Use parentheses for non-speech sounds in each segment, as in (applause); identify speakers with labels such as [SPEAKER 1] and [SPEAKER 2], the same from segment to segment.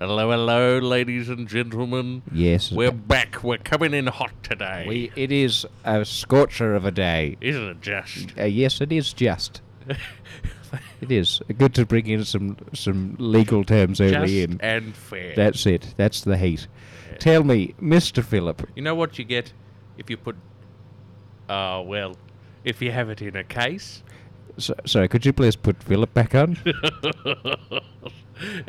[SPEAKER 1] Hello, hello, ladies and gentlemen.
[SPEAKER 2] Yes.
[SPEAKER 1] We're back. We're coming in hot today.
[SPEAKER 2] We, it is a scorcher of a day.
[SPEAKER 1] Isn't it just?
[SPEAKER 2] Uh, yes, it is
[SPEAKER 1] (laughs)
[SPEAKER 2] just. It is good to bring in some some legal terms
[SPEAKER 1] just
[SPEAKER 2] early in.
[SPEAKER 1] and fair.
[SPEAKER 2] That's it. That's the heat. Tell me, Mr. Philip.
[SPEAKER 1] you know what you get if you put. Ah, well, if you have it in a case. (laughs)
[SPEAKER 2] So, sorry, could you please put Philip back on?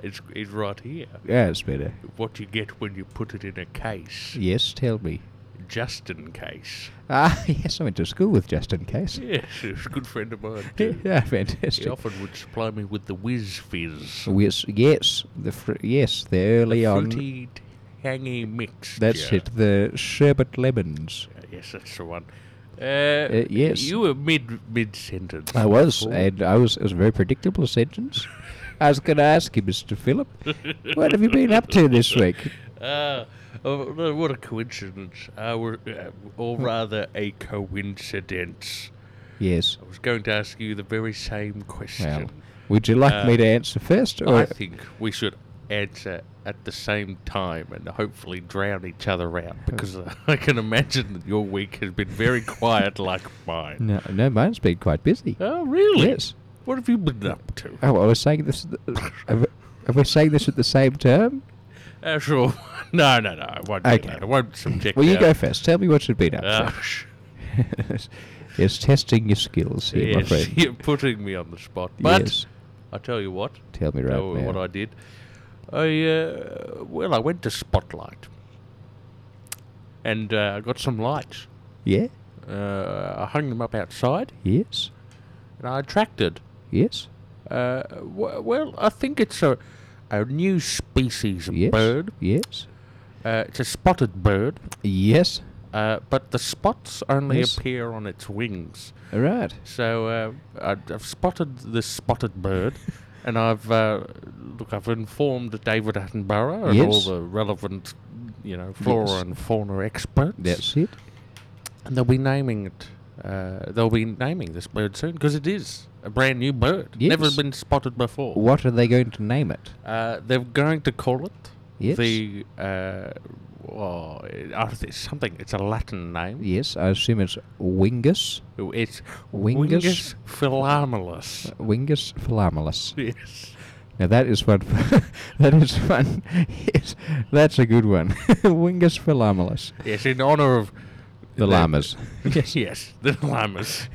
[SPEAKER 1] it's, it's right here.
[SPEAKER 2] yeah, it's better.
[SPEAKER 1] What you get when you put it in a case.
[SPEAKER 2] Yes, tell me.
[SPEAKER 1] Just in case.
[SPEAKER 2] Ah, (laughs) yes, I went to school with just in case.
[SPEAKER 1] Yes, it's a good friend of mine. Too.
[SPEAKER 2] (laughs) Yeah,
[SPEAKER 1] He
[SPEAKER 2] fantastic.
[SPEAKER 1] often would supply me with the whiz fizz.
[SPEAKER 2] Yes, yes, the fr- yes, the early on.
[SPEAKER 1] Fruity, tangy mix.
[SPEAKER 2] That's it. The sherbet lemons.
[SPEAKER 1] Yes, that's the one. Uh,
[SPEAKER 2] Uh, yes.
[SPEAKER 1] You were mid mid sentence.
[SPEAKER 2] I was, and I was. It was a very predictable sentence. I was going to ask you, Mister Philip, what have you been up to this
[SPEAKER 1] (laughs)
[SPEAKER 2] week?
[SPEAKER 1] Ah, oh, no, what a coincidence. I were, uh, or rather, a coincidence.
[SPEAKER 2] Yes.
[SPEAKER 1] I was going to ask you the very same question.
[SPEAKER 2] Well, would you like me
[SPEAKER 1] Uh,
[SPEAKER 2] to answer first? Or
[SPEAKER 1] I think we should answer at the same time and hopefully drown each other out because (laughs) I can imagine that your week has been very
[SPEAKER 2] (laughs)
[SPEAKER 1] quiet like mine.
[SPEAKER 2] no, no, mine's been quite busy.
[SPEAKER 1] Oh, really?
[SPEAKER 2] Yes.
[SPEAKER 1] What have you been up to?
[SPEAKER 2] Oh, I was saying this. at the- Are we- are we saying this at the same time?
[SPEAKER 1] Uh, sure. (laughs) No, no, no. I won't do
[SPEAKER 2] Okay.
[SPEAKER 1] that. I won't subject
[SPEAKER 2] Well, you go
[SPEAKER 1] our-
[SPEAKER 2] first. Tell me what you've been up
[SPEAKER 1] Ah,
[SPEAKER 2] to.
[SPEAKER 1] sh-
[SPEAKER 2] (laughs) yes, testing your skills here, my
[SPEAKER 1] Ah. yes,
[SPEAKER 2] friend.
[SPEAKER 1] (laughs) you're putting me on the spot. But
[SPEAKER 2] yes.
[SPEAKER 1] I tell you what.
[SPEAKER 2] Tell me right
[SPEAKER 1] tell you
[SPEAKER 2] now.
[SPEAKER 1] Oh, what I did. I uh, well, I went to Spotlight, and uh, I got some lights.
[SPEAKER 2] Yeah.
[SPEAKER 1] Uh, I hung them up outside,
[SPEAKER 2] Yes.
[SPEAKER 1] and I attracted.
[SPEAKER 2] Yes.
[SPEAKER 1] Uh, w- well, I think it's a a new species of
[SPEAKER 2] Yes.
[SPEAKER 1] bird.
[SPEAKER 2] Yes.
[SPEAKER 1] Uh, it's a spotted bird,
[SPEAKER 2] Yes.
[SPEAKER 1] uh, but the spots only
[SPEAKER 2] Yes.
[SPEAKER 1] appear on its wings.
[SPEAKER 2] All right.
[SPEAKER 1] So uh, I, I've spotted this spotted
[SPEAKER 2] (laughs)
[SPEAKER 1] bird, and I've uh, look. I've informed David Attenborough and
[SPEAKER 2] Yes.
[SPEAKER 1] all the relevant, you know, flora
[SPEAKER 2] Yes.
[SPEAKER 1] and fauna experts.
[SPEAKER 2] That's it.
[SPEAKER 1] and they'll be naming it. Uh, they'll be naming this bird soon because it is a brand new bird, never
[SPEAKER 2] Yes.
[SPEAKER 1] been spotted before.
[SPEAKER 2] What are they going to name it?
[SPEAKER 1] Uh, they're going to call it
[SPEAKER 2] Yes.
[SPEAKER 1] the. Uh, oh, it- uh, it's something. It's a Latin name.
[SPEAKER 2] Yes, I assume it's Wingus.
[SPEAKER 1] It's
[SPEAKER 2] Wingus?
[SPEAKER 1] Wingus philamelus.
[SPEAKER 2] Wingus phalamelus.
[SPEAKER 1] (laughs) Yes.
[SPEAKER 2] Now that is one. (laughs) that is one. Yes, that's a good one. (laughs) Wingus phalamelus.
[SPEAKER 1] Yes, in honor of
[SPEAKER 2] The llamas.
[SPEAKER 1] (laughs) Yes, yes, the
[SPEAKER 2] (laughs)
[SPEAKER 1] llamas.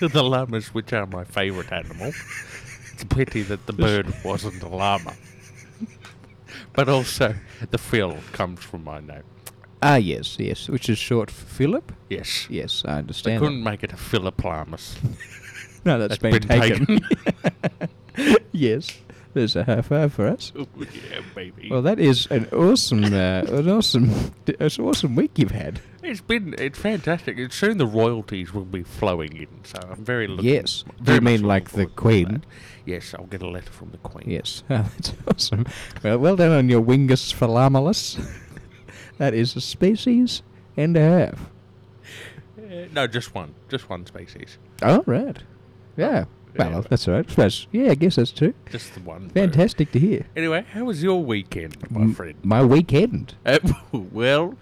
[SPEAKER 1] the llamas, which are my favourite animal. It's a pity that the bird wasn't a llama. But also, the Phil comes from uh, my name.
[SPEAKER 2] Ah, yes, yes, which is short for Philip.
[SPEAKER 1] Yes.
[SPEAKER 2] Yes, I
[SPEAKER 1] They
[SPEAKER 2] understand. that.
[SPEAKER 1] couldn't make it a Philip Lamas.
[SPEAKER 2] (laughs) No, that's been, taken. (laughs) yes, there's a high five for us.
[SPEAKER 1] Oh, yeah, baby.
[SPEAKER 2] Well, that is an awesome, uh, an awesome, an awesome week you've had.
[SPEAKER 1] it's been it's fantastic. It's soon the royalties will be flowing in, so I'm very looking.
[SPEAKER 2] Yes. Do
[SPEAKER 1] very
[SPEAKER 2] you
[SPEAKER 1] much
[SPEAKER 2] mean like
[SPEAKER 1] looking
[SPEAKER 2] the
[SPEAKER 1] forward to
[SPEAKER 2] Queen?
[SPEAKER 1] that. Yes, I'll get a letter from the Queen.
[SPEAKER 2] Yes, (laughs) Ah, that's awesome. Well, well done on your Wingus phalamelus. (laughs) that is a species and a half.
[SPEAKER 1] Uh, no, just one, just one species.
[SPEAKER 2] Oh, right. Yeah. Well,
[SPEAKER 1] yeah.
[SPEAKER 2] that's all right. That's, yeah, I guess that's true.
[SPEAKER 1] Just the one. bird.
[SPEAKER 2] Fantastic to hear.
[SPEAKER 1] Anyway, how was your weekend, my friend?
[SPEAKER 2] My weekend.
[SPEAKER 1] Uh, (laughs) well,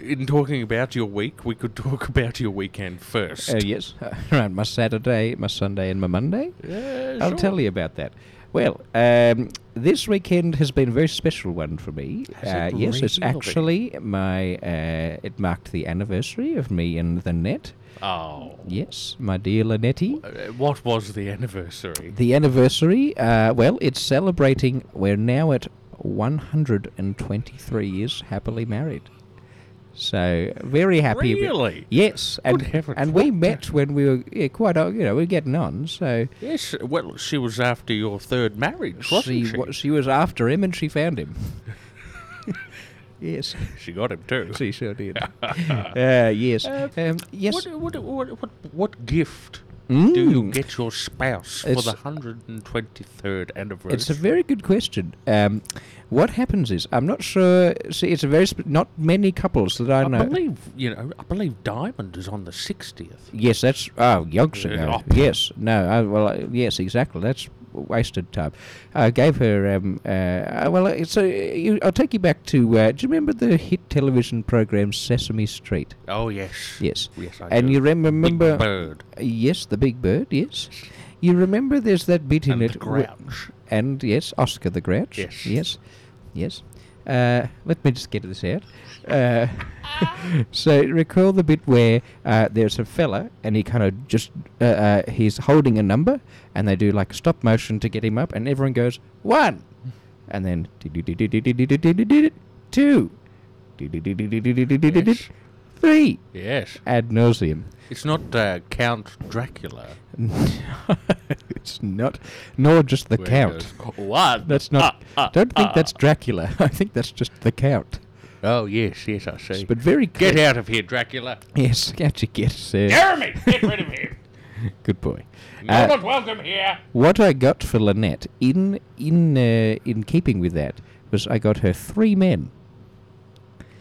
[SPEAKER 1] in talking about your week, we could (laughs) talk about your weekend first.
[SPEAKER 2] Uh, yes. (laughs) right, my Saturday, my Sunday, and my Monday.
[SPEAKER 1] Yeah,
[SPEAKER 2] I'll
[SPEAKER 1] sure.
[SPEAKER 2] tell you about that. Well, um, this weekend has been a very special one for me.
[SPEAKER 1] Has it
[SPEAKER 2] uh, yes, it's
[SPEAKER 1] really?
[SPEAKER 2] actually my. Uh, it marked the anniversary of me and the net.
[SPEAKER 1] Oh,
[SPEAKER 2] Yes, my dear Linetti.
[SPEAKER 1] Uh, what was the anniversary?
[SPEAKER 2] The anniversary, uh, well, it's celebrating. We're now at 123 years happily married. So very happy. about-
[SPEAKER 1] Really?
[SPEAKER 2] Yes, and
[SPEAKER 1] Good heavens,
[SPEAKER 2] and we
[SPEAKER 1] what the-
[SPEAKER 2] met when we were yeah, quite old. You know, we were getting on. So
[SPEAKER 1] Yes. Well, she was after your third marriage, wasn't
[SPEAKER 2] she
[SPEAKER 1] she?
[SPEAKER 2] wa- (laughs) she was after him, and she found
[SPEAKER 1] (laughs)
[SPEAKER 2] him. yes,
[SPEAKER 1] She got him too.
[SPEAKER 2] she sure
[SPEAKER 1] (laughs)
[SPEAKER 2] did. uh, yes,
[SPEAKER 1] Uh,
[SPEAKER 2] um, yes.
[SPEAKER 1] What, what, what, what, what gift do you
[SPEAKER 2] Mm.
[SPEAKER 1] get your spouse for
[SPEAKER 2] It's-
[SPEAKER 1] the 123rd anniversary?
[SPEAKER 2] It's a very good question. Um, what happens is, I'm not sure. See, it's a very sp- not many couples that I
[SPEAKER 1] I
[SPEAKER 2] know.
[SPEAKER 1] believe you know. I believe Diamond is on the 60th.
[SPEAKER 2] Yes, that's oh yonks
[SPEAKER 1] Uh,
[SPEAKER 2] ago.
[SPEAKER 1] up.
[SPEAKER 2] Yes, no, I, well, uh, yes, exactly. That's wasted time. I gave her. Um, uh, well, uh, so you, I'll take you back to. Uh, do you remember the hit television program Sesame Street?
[SPEAKER 1] Oh yes.
[SPEAKER 2] Yes.
[SPEAKER 1] Yes, I
[SPEAKER 2] and
[SPEAKER 1] do.
[SPEAKER 2] you rem- remember? Uh,
[SPEAKER 1] Big bird
[SPEAKER 2] Yes, the Big Bird. Yes. You remember? There's that bit in
[SPEAKER 1] and
[SPEAKER 2] it.
[SPEAKER 1] the
[SPEAKER 2] wh-
[SPEAKER 1] grouch.
[SPEAKER 2] and yes, Oscar the Grouch.
[SPEAKER 1] Yes.
[SPEAKER 2] Yes. Yes. Uh, let me just get this out. Uh, so recall the bit where uh, there's a fella and he kind of just uh, uh, he's holding a number and they do like stop motion to get him up and everyone goes one and then two
[SPEAKER 1] Yes.
[SPEAKER 2] three
[SPEAKER 1] Yes.
[SPEAKER 2] ad nauseum. (laughs)
[SPEAKER 1] It's not uh, Count Dracula.
[SPEAKER 2] it's not, nor just the
[SPEAKER 1] where he
[SPEAKER 2] count.
[SPEAKER 1] goes, One.
[SPEAKER 2] That's not.
[SPEAKER 1] ah, ah,
[SPEAKER 2] don't think that's
[SPEAKER 1] ah."
[SPEAKER 2] Dracula. (laughs) I think that's just the count.
[SPEAKER 1] Oh yes, yes, I see.
[SPEAKER 2] But very
[SPEAKER 1] Get
[SPEAKER 2] clever.
[SPEAKER 1] out of here, Dracula.
[SPEAKER 2] Yes, gotcha, yes, uh,
[SPEAKER 1] Jeremy, get rid of
[SPEAKER 2] (laughs)
[SPEAKER 1] him.
[SPEAKER 2] good boy.
[SPEAKER 1] Not
[SPEAKER 2] Uh,
[SPEAKER 1] welcome here.
[SPEAKER 2] what I got for Lynette, in in uh, in keeping with that, was I got her three men,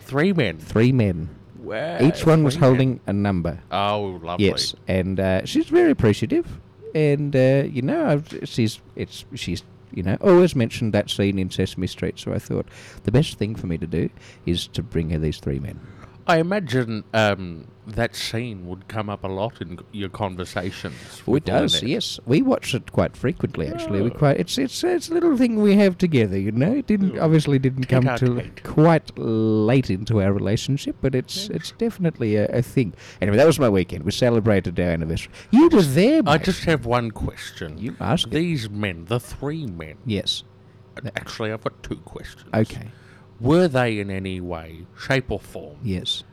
[SPEAKER 1] Three men.
[SPEAKER 2] three men.
[SPEAKER 1] Wow.
[SPEAKER 2] Each one was
[SPEAKER 1] three men.
[SPEAKER 2] holding a number.
[SPEAKER 1] Oh, lovely.
[SPEAKER 2] Yes, and uh, she's very appreciative, and uh, you know, I've, she's it's she's you know always mentioned that scene in Sesame Street. So I thought the best thing for me to do is to bring her these three men.
[SPEAKER 1] I imagine um, that scene would come up a lot in your conversations.
[SPEAKER 2] Oh,
[SPEAKER 1] with
[SPEAKER 2] it does,
[SPEAKER 1] Lynette.
[SPEAKER 2] yes. We watch it quite frequently, actually. We
[SPEAKER 1] Oh.
[SPEAKER 2] quite it's it's it's a little thing we have together, you know. It didn't
[SPEAKER 1] Little
[SPEAKER 2] obviously didn't come till
[SPEAKER 1] tete-a-tete.
[SPEAKER 2] quite late into our relationship, but it's
[SPEAKER 1] Yeah.
[SPEAKER 2] it's definitely a, a thing. Anyway, that was my weekend. We celebrated our anniversary. You were there,
[SPEAKER 1] I
[SPEAKER 2] mate.
[SPEAKER 1] just have one question.
[SPEAKER 2] you asked it.
[SPEAKER 1] These men, the three men.
[SPEAKER 2] Yes.
[SPEAKER 1] Actually, I've got two questions.
[SPEAKER 2] Okay.
[SPEAKER 1] Were they in any way, shape, or form?
[SPEAKER 2] Yes.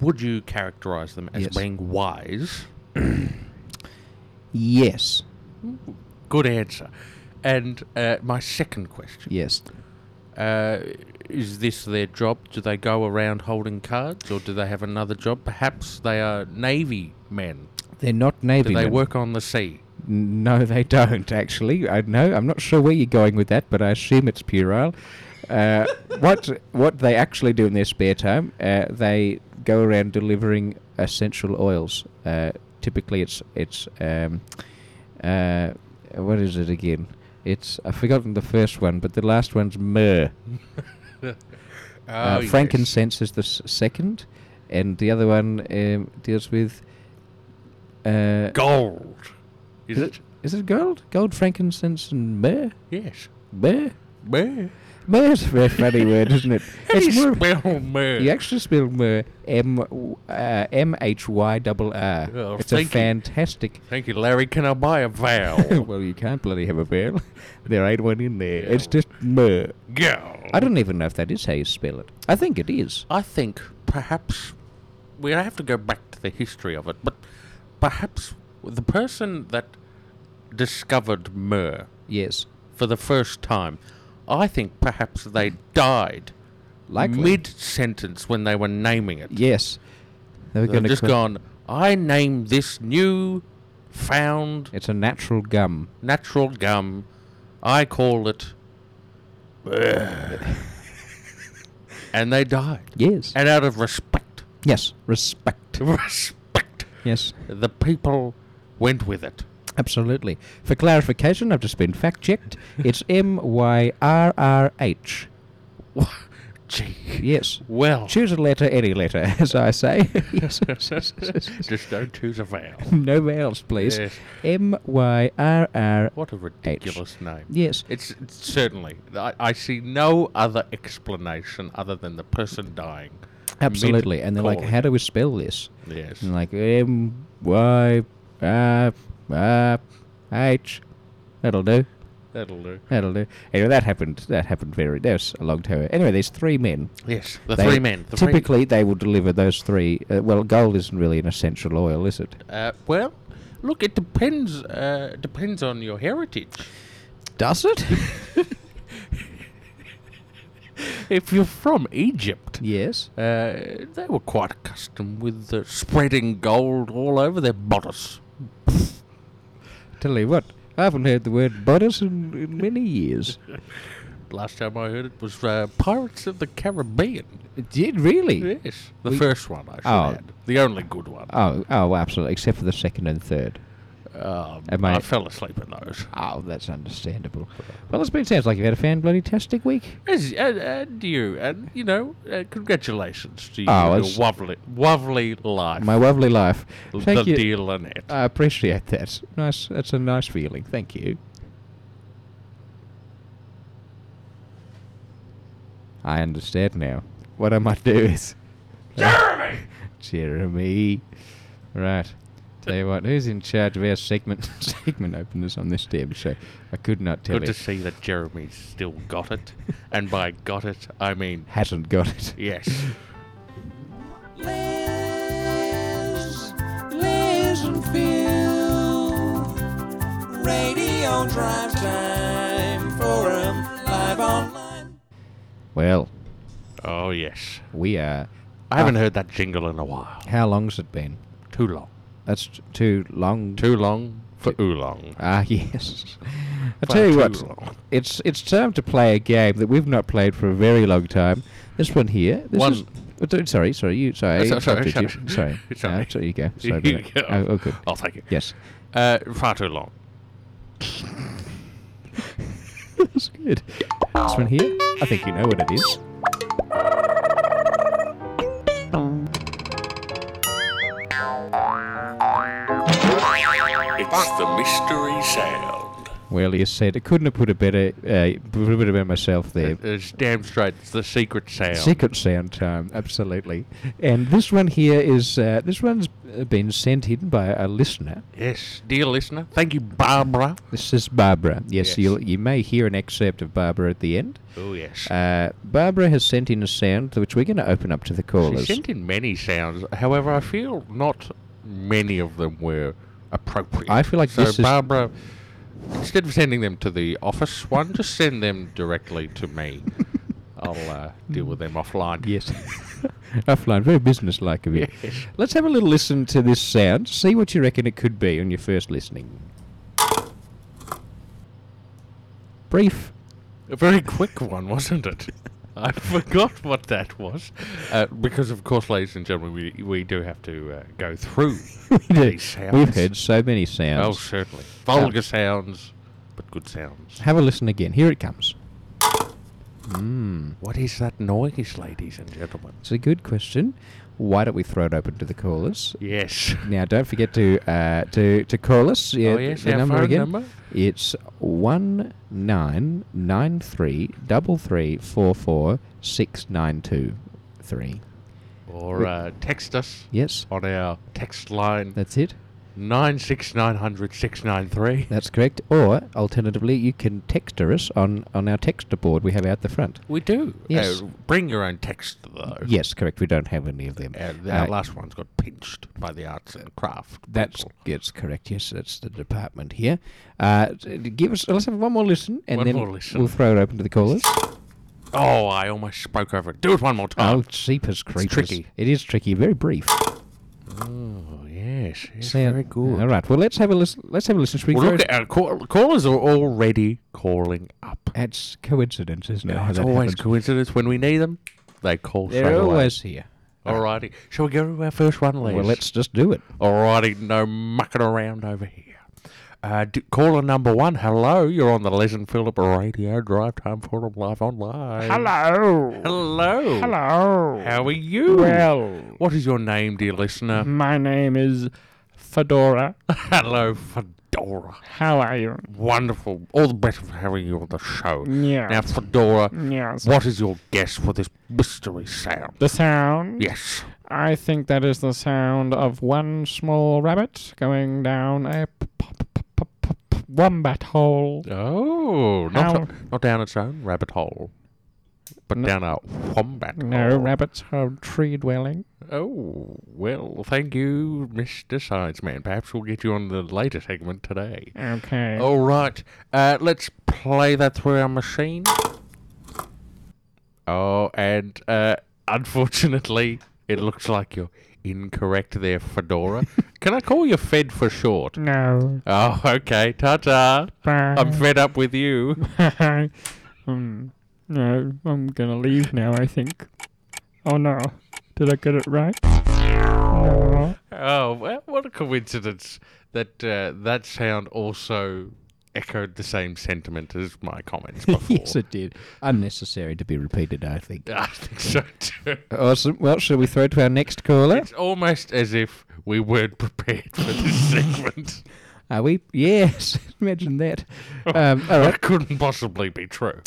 [SPEAKER 1] Would you characterise them as
[SPEAKER 2] Yes.
[SPEAKER 1] being wise?
[SPEAKER 2] Yes.
[SPEAKER 1] Good answer. And uh, my second question
[SPEAKER 2] Yes.
[SPEAKER 1] uh, is this their job? Do they go around holding cards or do they have another job? Perhaps they are Navy men.
[SPEAKER 2] They're not navy.
[SPEAKER 1] Do they
[SPEAKER 2] men.
[SPEAKER 1] work on the sea?
[SPEAKER 2] (laughs) No, they don't actually. I know. I'm not sure where you're going with that, but I assume it's puerile.
[SPEAKER 1] (laughs)
[SPEAKER 2] Uh, what what they actually do in their spare time? Uh, they go around delivering essential oils. Uh, typically, it's it's um, uh, what is it again? It's I've forgotten the first one, but the last one's myrrh.
[SPEAKER 1] Oh,
[SPEAKER 2] uh,
[SPEAKER 1] yes.
[SPEAKER 2] frankincense is the s- second, and the other one um, deals with. Uh,
[SPEAKER 1] Gold. Is it?
[SPEAKER 2] is it gold? Gold, frankincense, and myrrh?
[SPEAKER 1] Yes.
[SPEAKER 2] Myrrh?
[SPEAKER 1] Myrrh.
[SPEAKER 2] Myrrh's a very funny word, isn't it?
[SPEAKER 1] (laughs) How do
[SPEAKER 2] more-
[SPEAKER 1] you spell myrrh?
[SPEAKER 2] You actually spell myrrh M uh, M H Y double R.
[SPEAKER 1] Oh,
[SPEAKER 2] It's a
[SPEAKER 1] thank you.
[SPEAKER 2] fantastic.
[SPEAKER 1] Thank you, Larry. Can I
[SPEAKER 2] (laughs)
[SPEAKER 1] buy a vowel?
[SPEAKER 2] well, you can't bloody have a vowel. (laughs) there ain't one in there.
[SPEAKER 1] Yeah.
[SPEAKER 2] It's just myrrh.
[SPEAKER 1] Gold.
[SPEAKER 2] I don't even know if that is how you spell it. I think it is.
[SPEAKER 1] I think perhaps we have to go back to the history of it, but perhaps the person that discovered myrrh
[SPEAKER 2] Yes.
[SPEAKER 1] for the first time, I think perhaps they died
[SPEAKER 2] Likely.
[SPEAKER 1] mid sentence when they were naming it.
[SPEAKER 2] Yes. They were
[SPEAKER 1] They've
[SPEAKER 2] gonna
[SPEAKER 1] just
[SPEAKER 2] call-
[SPEAKER 1] gone, I name this new found
[SPEAKER 2] It's a natural gum.
[SPEAKER 1] natural gum. I call it.
[SPEAKER 2] (laughs)
[SPEAKER 1] and they died.
[SPEAKER 2] Yes.
[SPEAKER 1] And out of respect,
[SPEAKER 2] yes. Respect.
[SPEAKER 1] respect,
[SPEAKER 2] Yes.
[SPEAKER 1] the people went with it.
[SPEAKER 2] Absolutely. For clarification, I've just been fact checked.
[SPEAKER 1] (laughs)
[SPEAKER 2] It's M Y R R H.
[SPEAKER 1] Wha- Gee.
[SPEAKER 2] Yes.
[SPEAKER 1] Well. (laughs)
[SPEAKER 2] Choose a letter, any letter, (laughs) as I say. Yes.
[SPEAKER 1] Just don't choose a vowel.
[SPEAKER 2] (laughs) no vowels, please.
[SPEAKER 1] Yes.
[SPEAKER 2] M Y R R.
[SPEAKER 1] What a ridiculous name.
[SPEAKER 2] Yes.
[SPEAKER 1] It's, it's certainly. I, I see no other explanation other than the person dying.
[SPEAKER 2] Absolutely. And they're like, Mm.
[SPEAKER 1] Mid-calling.
[SPEAKER 2] how do we spell this?
[SPEAKER 1] Yes.
[SPEAKER 2] And like M Y R R H. That'll do.
[SPEAKER 1] That'll do.
[SPEAKER 2] That'll do. Anyway, that happened. That happened very. That was a long time. Anyway, there's three men.
[SPEAKER 1] Yes. The
[SPEAKER 2] They-
[SPEAKER 1] three men. The three-
[SPEAKER 2] typically, they will deliver those three. Uh, well, gold isn't really an essential oil, is it?
[SPEAKER 1] Uh, well, look, it depends. Uh, depends on your heritage.
[SPEAKER 2] Does (laughs) it?
[SPEAKER 1] If you're from Egypt,
[SPEAKER 2] yes.
[SPEAKER 1] uh, they were quite accustomed with uh, spreading gold all over their bodice. (laughs)
[SPEAKER 2] Tell you what, I haven't heard the word bodice in, in many years.
[SPEAKER 1] Last time I heard it was uh, Pirates of the Caribbean.
[SPEAKER 2] Did really?
[SPEAKER 1] Yes, the
[SPEAKER 2] We-
[SPEAKER 1] first one I should
[SPEAKER 2] Oh.
[SPEAKER 1] add. The only good one.
[SPEAKER 2] Oh, oh, absolutely. Except for the second and third.
[SPEAKER 1] Um,
[SPEAKER 2] Am
[SPEAKER 1] I
[SPEAKER 2] I-
[SPEAKER 1] fell asleep at those.
[SPEAKER 2] Oh, that's understandable. Well, it's been sounds like you've had a fan bloody tastic week.
[SPEAKER 1] As, and, and you, and you know, uh, congratulations to you,
[SPEAKER 2] Oh,
[SPEAKER 1] and
[SPEAKER 2] it's-
[SPEAKER 1] your lovely, lovely life,
[SPEAKER 2] My lovely life.
[SPEAKER 1] the
[SPEAKER 2] Thank you. Uh,
[SPEAKER 1] dear Lynette.
[SPEAKER 2] I appreciate that. Nice. That's a nice feeling. Thank you. I understand now. What I might do is (laughs)
[SPEAKER 1] Jeremy,
[SPEAKER 2] Jeremy. Right. Tell you what, who's in charge of our segment (laughs) segment openers on this damn show? I could not tell
[SPEAKER 1] good
[SPEAKER 2] you.
[SPEAKER 1] to see that Jeremy's still got it, and by got it, I mean
[SPEAKER 2] Hasn't got it. (laughs)
[SPEAKER 1] yes.
[SPEAKER 3] Liz, Liz and Phil. Radio Drive Time Forum live online.
[SPEAKER 2] Well,
[SPEAKER 1] Oh yes.
[SPEAKER 2] we are.
[SPEAKER 1] I
[SPEAKER 2] Uh,
[SPEAKER 1] haven't heard that jingle in a while.
[SPEAKER 2] How long's it been?
[SPEAKER 1] Too long.
[SPEAKER 2] That's t- too long.
[SPEAKER 1] Too long for oolong.
[SPEAKER 2] Ah, (laughs) yes. I
[SPEAKER 1] Far
[SPEAKER 2] tell you
[SPEAKER 1] too
[SPEAKER 2] what,
[SPEAKER 1] long.
[SPEAKER 2] it's it's time to play a game that we've not played for a very long time. This one here. This
[SPEAKER 1] One-
[SPEAKER 2] Is, oh, don't- sorry, sorry, you. Sorry,
[SPEAKER 1] Oh,
[SPEAKER 2] I
[SPEAKER 1] so- (laughs) sorry,
[SPEAKER 2] interrupted
[SPEAKER 1] sorry.
[SPEAKER 2] you.
[SPEAKER 1] (laughs)
[SPEAKER 2] sorry.
[SPEAKER 1] Sorry.
[SPEAKER 2] No, sorry, you
[SPEAKER 1] (laughs)
[SPEAKER 2] go.
[SPEAKER 1] You
[SPEAKER 2] Sorry about
[SPEAKER 1] go.
[SPEAKER 2] that. Oh, oh, good.
[SPEAKER 1] I'll take it.
[SPEAKER 2] Yes. (laughs)
[SPEAKER 1] Uh, far too long.
[SPEAKER 2] That's good. This one here. I think you know what it is.
[SPEAKER 4] It's the mystery sound.
[SPEAKER 2] Well, you said I couldn't have put a better, uh, put a bit about myself
[SPEAKER 1] (laughs)
[SPEAKER 2] there.
[SPEAKER 1] It's damn straight. It's the secret sound.
[SPEAKER 2] Uh, Secret sound time, absolutely. And this one here is uh, this one's been sent in by a listener.
[SPEAKER 1] Yes, dear listener. Thank you, Barbara.
[SPEAKER 2] This is Barbara. Yes,
[SPEAKER 1] Yes.
[SPEAKER 2] you'll, you may hear an excerpt of Barbara at the end.
[SPEAKER 1] Oh yes.
[SPEAKER 2] Uh, Barbara has sent in a sound which we're going to open up to the
[SPEAKER 1] she
[SPEAKER 2] callers.
[SPEAKER 1] sent in many sounds. However, I feel not many of them were appropriate.
[SPEAKER 2] I feel like
[SPEAKER 1] so
[SPEAKER 2] this is-
[SPEAKER 1] Barbara. Instead of sending them to the office one, just send them directly
[SPEAKER 2] (laughs)
[SPEAKER 1] to me. I'll uh, deal with them offline.
[SPEAKER 2] Yes. (laughs) Offline, very businesslike of you.
[SPEAKER 1] Yes.
[SPEAKER 2] Let's have a little listen to this sound. See what you reckon it could be on your first listening. Brief. (laughs)
[SPEAKER 1] A very quick one, wasn't it? I (laughs) forgot what that was. Uh, because, of course, ladies and gentlemen, we, we do have to uh,
[SPEAKER 2] (laughs)
[SPEAKER 1] go through these sounds.
[SPEAKER 2] We've heard Uh, so many
[SPEAKER 1] Oh,
[SPEAKER 2] sounds.
[SPEAKER 1] certainly. Vulgar sounds, but good sounds.
[SPEAKER 2] Have a listen again. Here it comes. Mm.
[SPEAKER 1] What is that noise, ladies and gentlemen?
[SPEAKER 2] It's a good question. Why don't we throw it open to the callers?
[SPEAKER 1] Yes.
[SPEAKER 2] Now, don't forget to uh, to to call us. Yeah,
[SPEAKER 1] oh, yes,
[SPEAKER 2] the
[SPEAKER 1] our
[SPEAKER 2] number
[SPEAKER 1] phone
[SPEAKER 2] again.
[SPEAKER 1] number.
[SPEAKER 2] It's one nine nine three double three four four six nine two three.
[SPEAKER 1] Or uh, text us
[SPEAKER 2] Yes,
[SPEAKER 1] on our text line
[SPEAKER 2] that's it.
[SPEAKER 1] 96900 693.
[SPEAKER 2] That's correct. Or alternatively, you can texter us on on our texter board we have out the front.
[SPEAKER 1] We do.
[SPEAKER 2] Yes.
[SPEAKER 1] Uh, bring your own text, though.
[SPEAKER 2] Yes, correct. We don't have any of them.
[SPEAKER 1] Uh, th- our
[SPEAKER 2] Uh,
[SPEAKER 1] last one's got pinched by the arts and craft.
[SPEAKER 2] that's
[SPEAKER 1] people.
[SPEAKER 2] it's correct. Yes, that's the department here. Uh, t- give us. Let's have one more listen, and
[SPEAKER 1] One
[SPEAKER 2] then
[SPEAKER 1] more listen.
[SPEAKER 2] we'll throw it open to the callers.
[SPEAKER 1] Oh, I almost spoke over it. Do it one more
[SPEAKER 2] Oh,
[SPEAKER 1] time.
[SPEAKER 2] cheapers creepers!
[SPEAKER 1] tricky.
[SPEAKER 2] It is tricky. Very brief.
[SPEAKER 1] Oh, yes. yes
[SPEAKER 2] Sound-
[SPEAKER 1] very good.
[SPEAKER 2] All right. Well, let's have a listen. Let's have a listen. Should we
[SPEAKER 1] Well,
[SPEAKER 2] throw
[SPEAKER 1] look,
[SPEAKER 2] it-
[SPEAKER 1] at our call- callers are already calling up.
[SPEAKER 2] It's coincidence, isn't it? how
[SPEAKER 1] it's
[SPEAKER 2] that
[SPEAKER 1] always
[SPEAKER 2] happens?
[SPEAKER 1] coincidence. When we need them, they call straight
[SPEAKER 2] They're always here.
[SPEAKER 1] away. Alrighty. Shall we go to our first one, Les?
[SPEAKER 2] Well, let's just do it. (laughs)
[SPEAKER 1] Alrighty, no mucking around over here. Uh, d- caller number one, hello. You're on the Les and Philip Radio Drive Time Forum Live Online.
[SPEAKER 5] Hello.
[SPEAKER 1] Hello.
[SPEAKER 5] Hello.
[SPEAKER 1] How are you?
[SPEAKER 5] Well, Mm-hmm.
[SPEAKER 1] What is your name, dear listener?
[SPEAKER 5] my name is Fedora.
[SPEAKER 1] Hello, Fedora.
[SPEAKER 5] How are you?
[SPEAKER 1] Wonderful. All the best for having you on the show.
[SPEAKER 5] Yes.
[SPEAKER 1] Now, Fedora,
[SPEAKER 5] Yes.
[SPEAKER 1] what is your guess for this mystery sound?
[SPEAKER 5] The sound?
[SPEAKER 1] Yes.
[SPEAKER 5] I think that is the sound of one small rabbit going down a p- p- p- p- p- p- wombat hole.
[SPEAKER 1] Oh, not,
[SPEAKER 5] How-
[SPEAKER 1] not down its own rabbit hole, but
[SPEAKER 5] No.
[SPEAKER 1] down a wombat
[SPEAKER 5] No,
[SPEAKER 1] hole.
[SPEAKER 5] rabbits are tree dwelling.
[SPEAKER 1] Oh, well, thank you, Mr. Science Man. Perhaps we'll get you on the later segment today.
[SPEAKER 5] Okay.
[SPEAKER 1] All right, uh, let's play that through our machine. Oh, and uh, unfortunately, it looks like you're incorrect there,
[SPEAKER 5] (laughs)
[SPEAKER 1] Fedora. Can I call you Fed for short?
[SPEAKER 5] No.
[SPEAKER 1] Oh, okay. Ta ta.
[SPEAKER 5] Bye.
[SPEAKER 1] I'm
[SPEAKER 5] (laughs)
[SPEAKER 1] fed up with you.
[SPEAKER 5] Hmm. no, I'm gonna leave now, I think. Oh no. Did I get it right? No.
[SPEAKER 1] Oh, well, what a coincidence that uh, that sound also echoed the same sentiment as my
[SPEAKER 2] (laughs)
[SPEAKER 1] comments before.
[SPEAKER 2] yes, it did. Unnecessary to be repeated, I think.
[SPEAKER 1] (laughs) I think so too.
[SPEAKER 2] Awesome. Well, shall we throw to our next caller?
[SPEAKER 1] It's almost as if we weren't prepared
[SPEAKER 2] (laughs)
[SPEAKER 1] for this segment.
[SPEAKER 2] Are we? Yes. (laughs) Imagine that.
[SPEAKER 1] Oh.
[SPEAKER 2] Um, all right.
[SPEAKER 1] That couldn't possibly be true.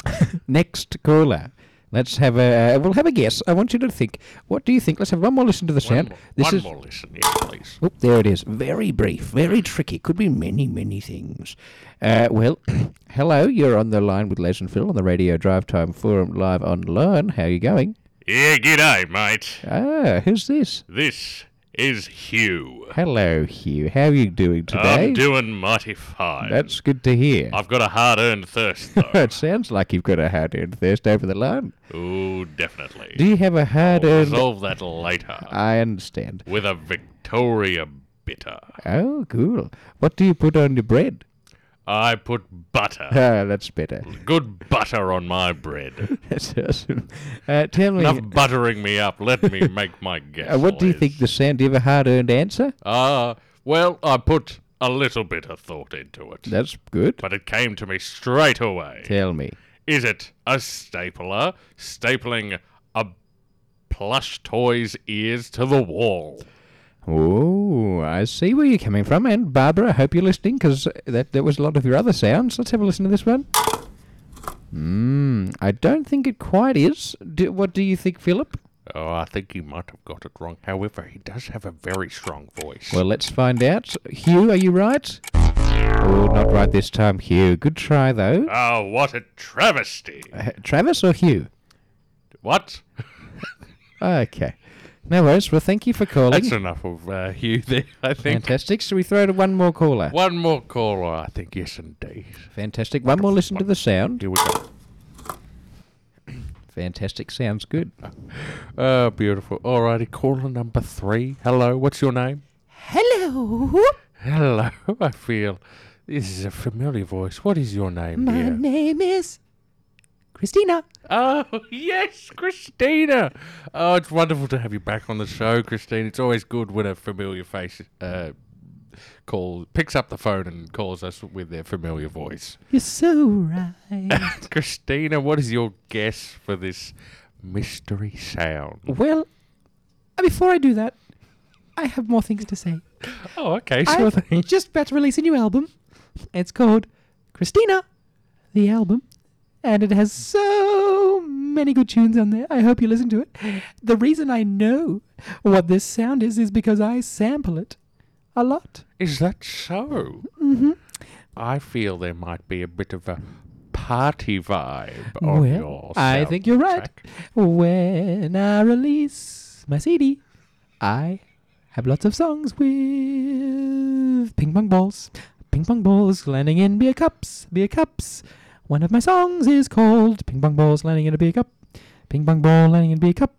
[SPEAKER 2] Next caller. Let's have a. uh, We'll have a guess. I want you to think. What do you think? Let's have one more listen to the
[SPEAKER 1] One,
[SPEAKER 2] sound.
[SPEAKER 1] more,
[SPEAKER 2] this
[SPEAKER 1] one
[SPEAKER 2] is.
[SPEAKER 1] more listen, yeah, please.
[SPEAKER 2] Oh, there it is. Very brief. Very tricky. Could be many, many things. Uh, well, (coughs) hello. You're on the line with Les and Phil on the Radio Drive Time Forum live online. How are you going?
[SPEAKER 1] Yeah, g'day, mate.
[SPEAKER 2] Ah, who's this?
[SPEAKER 1] This is Hugh.
[SPEAKER 2] Hello, Hugh. How are you doing today?
[SPEAKER 1] I'm doing mighty fine.
[SPEAKER 2] That's good to hear.
[SPEAKER 1] I've got a hard-earned thirst, though.
[SPEAKER 2] (laughs) it sounds like you've got a hard earned thirst over the line.
[SPEAKER 1] Ooh, definitely.
[SPEAKER 2] Do you have
[SPEAKER 1] Oh,
[SPEAKER 2] a hard
[SPEAKER 1] We'll
[SPEAKER 2] earned.
[SPEAKER 1] resolve that later
[SPEAKER 2] I understand.
[SPEAKER 1] with a Victoria bitter.
[SPEAKER 2] Oh, cool. What do you put on your bread? (laughs)
[SPEAKER 1] I put butter,
[SPEAKER 2] Ah, that's
[SPEAKER 1] (laughs)
[SPEAKER 2] better. (laughs)
[SPEAKER 1] good butter on my bread.
[SPEAKER 2] That's awesome. Uh, tell me,
[SPEAKER 1] Enough buttering me up. Let
[SPEAKER 2] (laughs)
[SPEAKER 1] me make my guess.
[SPEAKER 2] uh, what do you think the sound? Do you have a hard earned answer?
[SPEAKER 1] Ah, well, I put a little bit of thought into it,
[SPEAKER 2] That's good.
[SPEAKER 1] but it came to me straight away.
[SPEAKER 2] Tell me.
[SPEAKER 1] Is it a stapler stapling a plush toy's ears to the wall?
[SPEAKER 2] Oh, I see where you're coming from. And Barbara, I hope you're listening because that, that was a lot of your other sounds. Let's have a listen to this one. Mm, I don't think it quite is. Do, what do you think, Philip?
[SPEAKER 1] Oh, I think he might have got it wrong. However, he does have a very strong voice.
[SPEAKER 2] Well, let's find out. Hugh, are you right? Oh, not right this time, Hugh. Good try, though.
[SPEAKER 1] Ah, what a travesty!
[SPEAKER 2] Uh, Travis or Hugh?
[SPEAKER 1] What?
[SPEAKER 2] Okay. No worries. Well, thank you for calling.
[SPEAKER 1] That's enough of uh, Hugh there, I think.
[SPEAKER 2] Fantastic. Shall we throw to one more caller?
[SPEAKER 1] One more caller, I think. Yes, indeed.
[SPEAKER 2] Fantastic. One more listen to the sound.
[SPEAKER 1] Here we go.
[SPEAKER 2] Fantastic. Sounds good.
[SPEAKER 1] Oh, beautiful. Alrighty, caller number three. Hello, what's your name?
[SPEAKER 6] Hello,
[SPEAKER 1] Hello, (laughs) I feel this is a familiar voice. What is your name,
[SPEAKER 6] my
[SPEAKER 1] dear?
[SPEAKER 6] name is Christina.
[SPEAKER 1] Oh, yes, Christina. Oh, it's wonderful to have you back on the show, Christine. It's always good when a familiar face uh, call picks up the phone and calls us with their familiar voice.
[SPEAKER 6] You're so right. (laughs)
[SPEAKER 1] Christina, what is your guess for this mystery sound?
[SPEAKER 6] well, uh, before I do that, I have more things to say.
[SPEAKER 1] Oh, okay, sure
[SPEAKER 6] I'm
[SPEAKER 1] thing.
[SPEAKER 6] (laughs) just about to release a new album. It's called Christina, the album, and it has so many good tunes on there. I hope you listen to it. The reason I know what this sound is is because I sample it a lot.
[SPEAKER 1] Is that so?
[SPEAKER 6] Mm-hmm.
[SPEAKER 1] I feel there might be a bit of a party vibe on
[SPEAKER 6] Well,
[SPEAKER 1] your
[SPEAKER 6] I think you're right.
[SPEAKER 1] soundtrack.
[SPEAKER 6] When I release my CD, I have lots of songs with ping pong balls, ping pong balls landing in beer cups, beer cups. One of my songs is called Ping Pong Balls Landing in a Beer Cup, Ping Pong Ball Landing in a Beer Cup.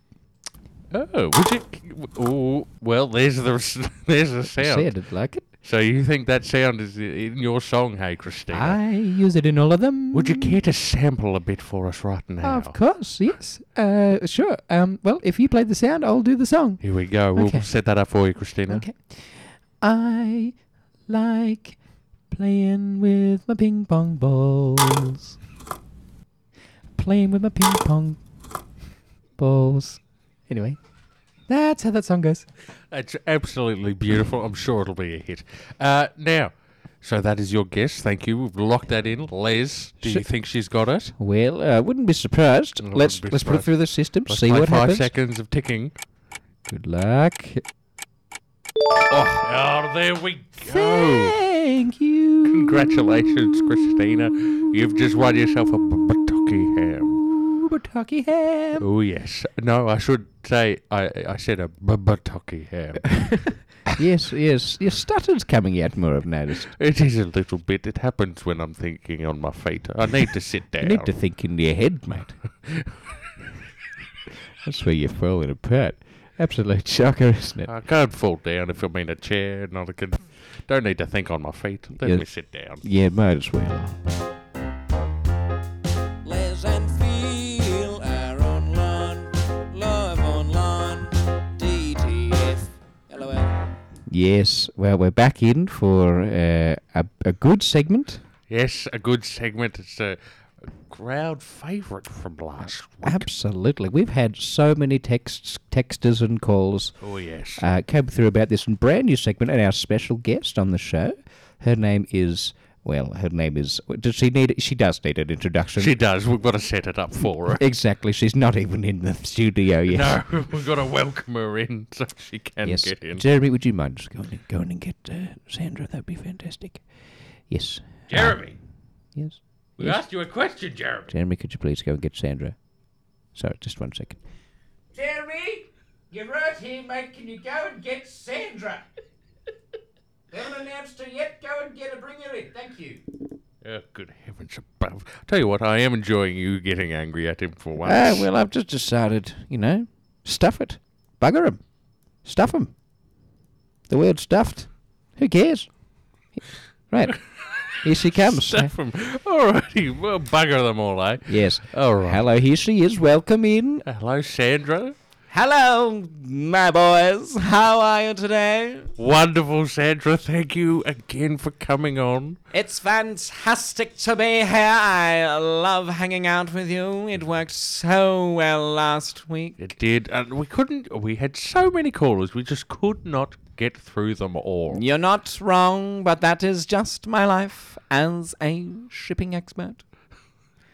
[SPEAKER 1] Oh, would you? Oh, well, there's the s- (laughs) there's the sound.
[SPEAKER 2] Sounded like it.
[SPEAKER 1] So you think that sound is i- in your song, hey Christina?
[SPEAKER 6] I use it in all of them.
[SPEAKER 1] Would you care to sample a bit for us right now?
[SPEAKER 6] Of course, yes. Uh, sure. Um, well, if you play the sound, I'll do the song.
[SPEAKER 1] Here we go. We'll
[SPEAKER 6] Okay.
[SPEAKER 1] set that up for you, Christina.
[SPEAKER 6] Okay. I like playing with my ping pong balls. Playing with my ping pong balls. Anyway, that's how that song goes.
[SPEAKER 1] It's absolutely beautiful. I'm sure it'll be a hit. Uh, now, so that is your guess. Thank you. We've locked that in. Les, do you
[SPEAKER 2] Sh-
[SPEAKER 1] think she's got it?
[SPEAKER 2] Well, I wouldn't be surprised.
[SPEAKER 1] I
[SPEAKER 2] let's let's
[SPEAKER 1] wouldn't be
[SPEAKER 2] put it
[SPEAKER 1] surprised.
[SPEAKER 2] through the system,
[SPEAKER 1] Let's
[SPEAKER 2] see
[SPEAKER 1] play
[SPEAKER 2] what
[SPEAKER 1] five
[SPEAKER 2] happens.
[SPEAKER 1] seconds of ticking.
[SPEAKER 2] Good luck.
[SPEAKER 1] Oh, oh, there we go.
[SPEAKER 6] Thank you.
[SPEAKER 1] Congratulations, Christina. You've just won yourself a b- Batucky ham.
[SPEAKER 6] Kentucky ham.
[SPEAKER 1] Oh yes. No, I should say I I said a buttocky
[SPEAKER 2] (laughs)
[SPEAKER 1] ham. Oh.
[SPEAKER 2] yes, yes. Your stutter's coming out more, I've noticed.
[SPEAKER 1] it is a little bit. It happens when I'm thinking on my feet. I need to sit down.
[SPEAKER 2] You need to think in your head, mate. That's where you're falling apart. Absolute shocker, isn't it?
[SPEAKER 1] I can't fall down if I'm in a chair. Not I can. Don't need to think on my feet. Let
[SPEAKER 2] Yes.
[SPEAKER 1] me sit down.
[SPEAKER 2] Yeah, might as well.
[SPEAKER 3] Les and Phil are online, live online, DTF, LOL.
[SPEAKER 2] Yes. Well, we're back in for uh, a, a good segment.
[SPEAKER 7] Yes, a good segment. It's a crowd favourite from last week.
[SPEAKER 2] Absolutely. We've had so many texts, texters, and calls
[SPEAKER 7] Oh, yes.
[SPEAKER 2] uh, came through about this brand new segment and our special guest on the show. Her name is well, her name is. Does she need? She does need an introduction.
[SPEAKER 7] She does. We've got to set it up for (laughs) her.
[SPEAKER 2] exactly. She's not even in the studio yet.
[SPEAKER 7] No, we've got to welcome her in so she can
[SPEAKER 2] Yes.
[SPEAKER 7] get in.
[SPEAKER 2] Jeremy, would you mind just going and, going and get uh, Sandra? That'd be fantastic. Yes.
[SPEAKER 7] Jeremy,
[SPEAKER 2] Yes.
[SPEAKER 7] we asked you a question, Jeremy.
[SPEAKER 2] Jeremy, could you please go and get Sandra? Sorry, just one second.
[SPEAKER 8] Jeremy, you're right here, mate. Can you go and get Sandra? they haven't announced her yet. Go and get her. Bring her in. Thank you.
[SPEAKER 7] Oh, good heavens above. Tell you what, I am enjoying you getting angry at him for once.
[SPEAKER 2] Ah, well, I've just decided, you know, stuff it. Bugger 'em, Stuff 'em. The word stuffed. Who cares?
[SPEAKER 3] (laughs)
[SPEAKER 2] Right. Here she
[SPEAKER 7] (laughs)
[SPEAKER 2] comes.
[SPEAKER 7] Stuff 'em. Alrighty, well, bugger them all, eh?
[SPEAKER 2] Yes.
[SPEAKER 7] All right.
[SPEAKER 2] Hello, here she is. Welcome in.
[SPEAKER 7] Hello, Sandra.
[SPEAKER 3] Hello, my boys. How are you today?
[SPEAKER 7] Wonderful, Sandra. Thank you again for coming on.
[SPEAKER 3] It's fantastic to be here. I love hanging out with you. It worked so well last week.
[SPEAKER 7] It did, and we couldn't. We had so many callers, we just could not get through them all.
[SPEAKER 3] You're not wrong, but that is just my life as a shipping expert.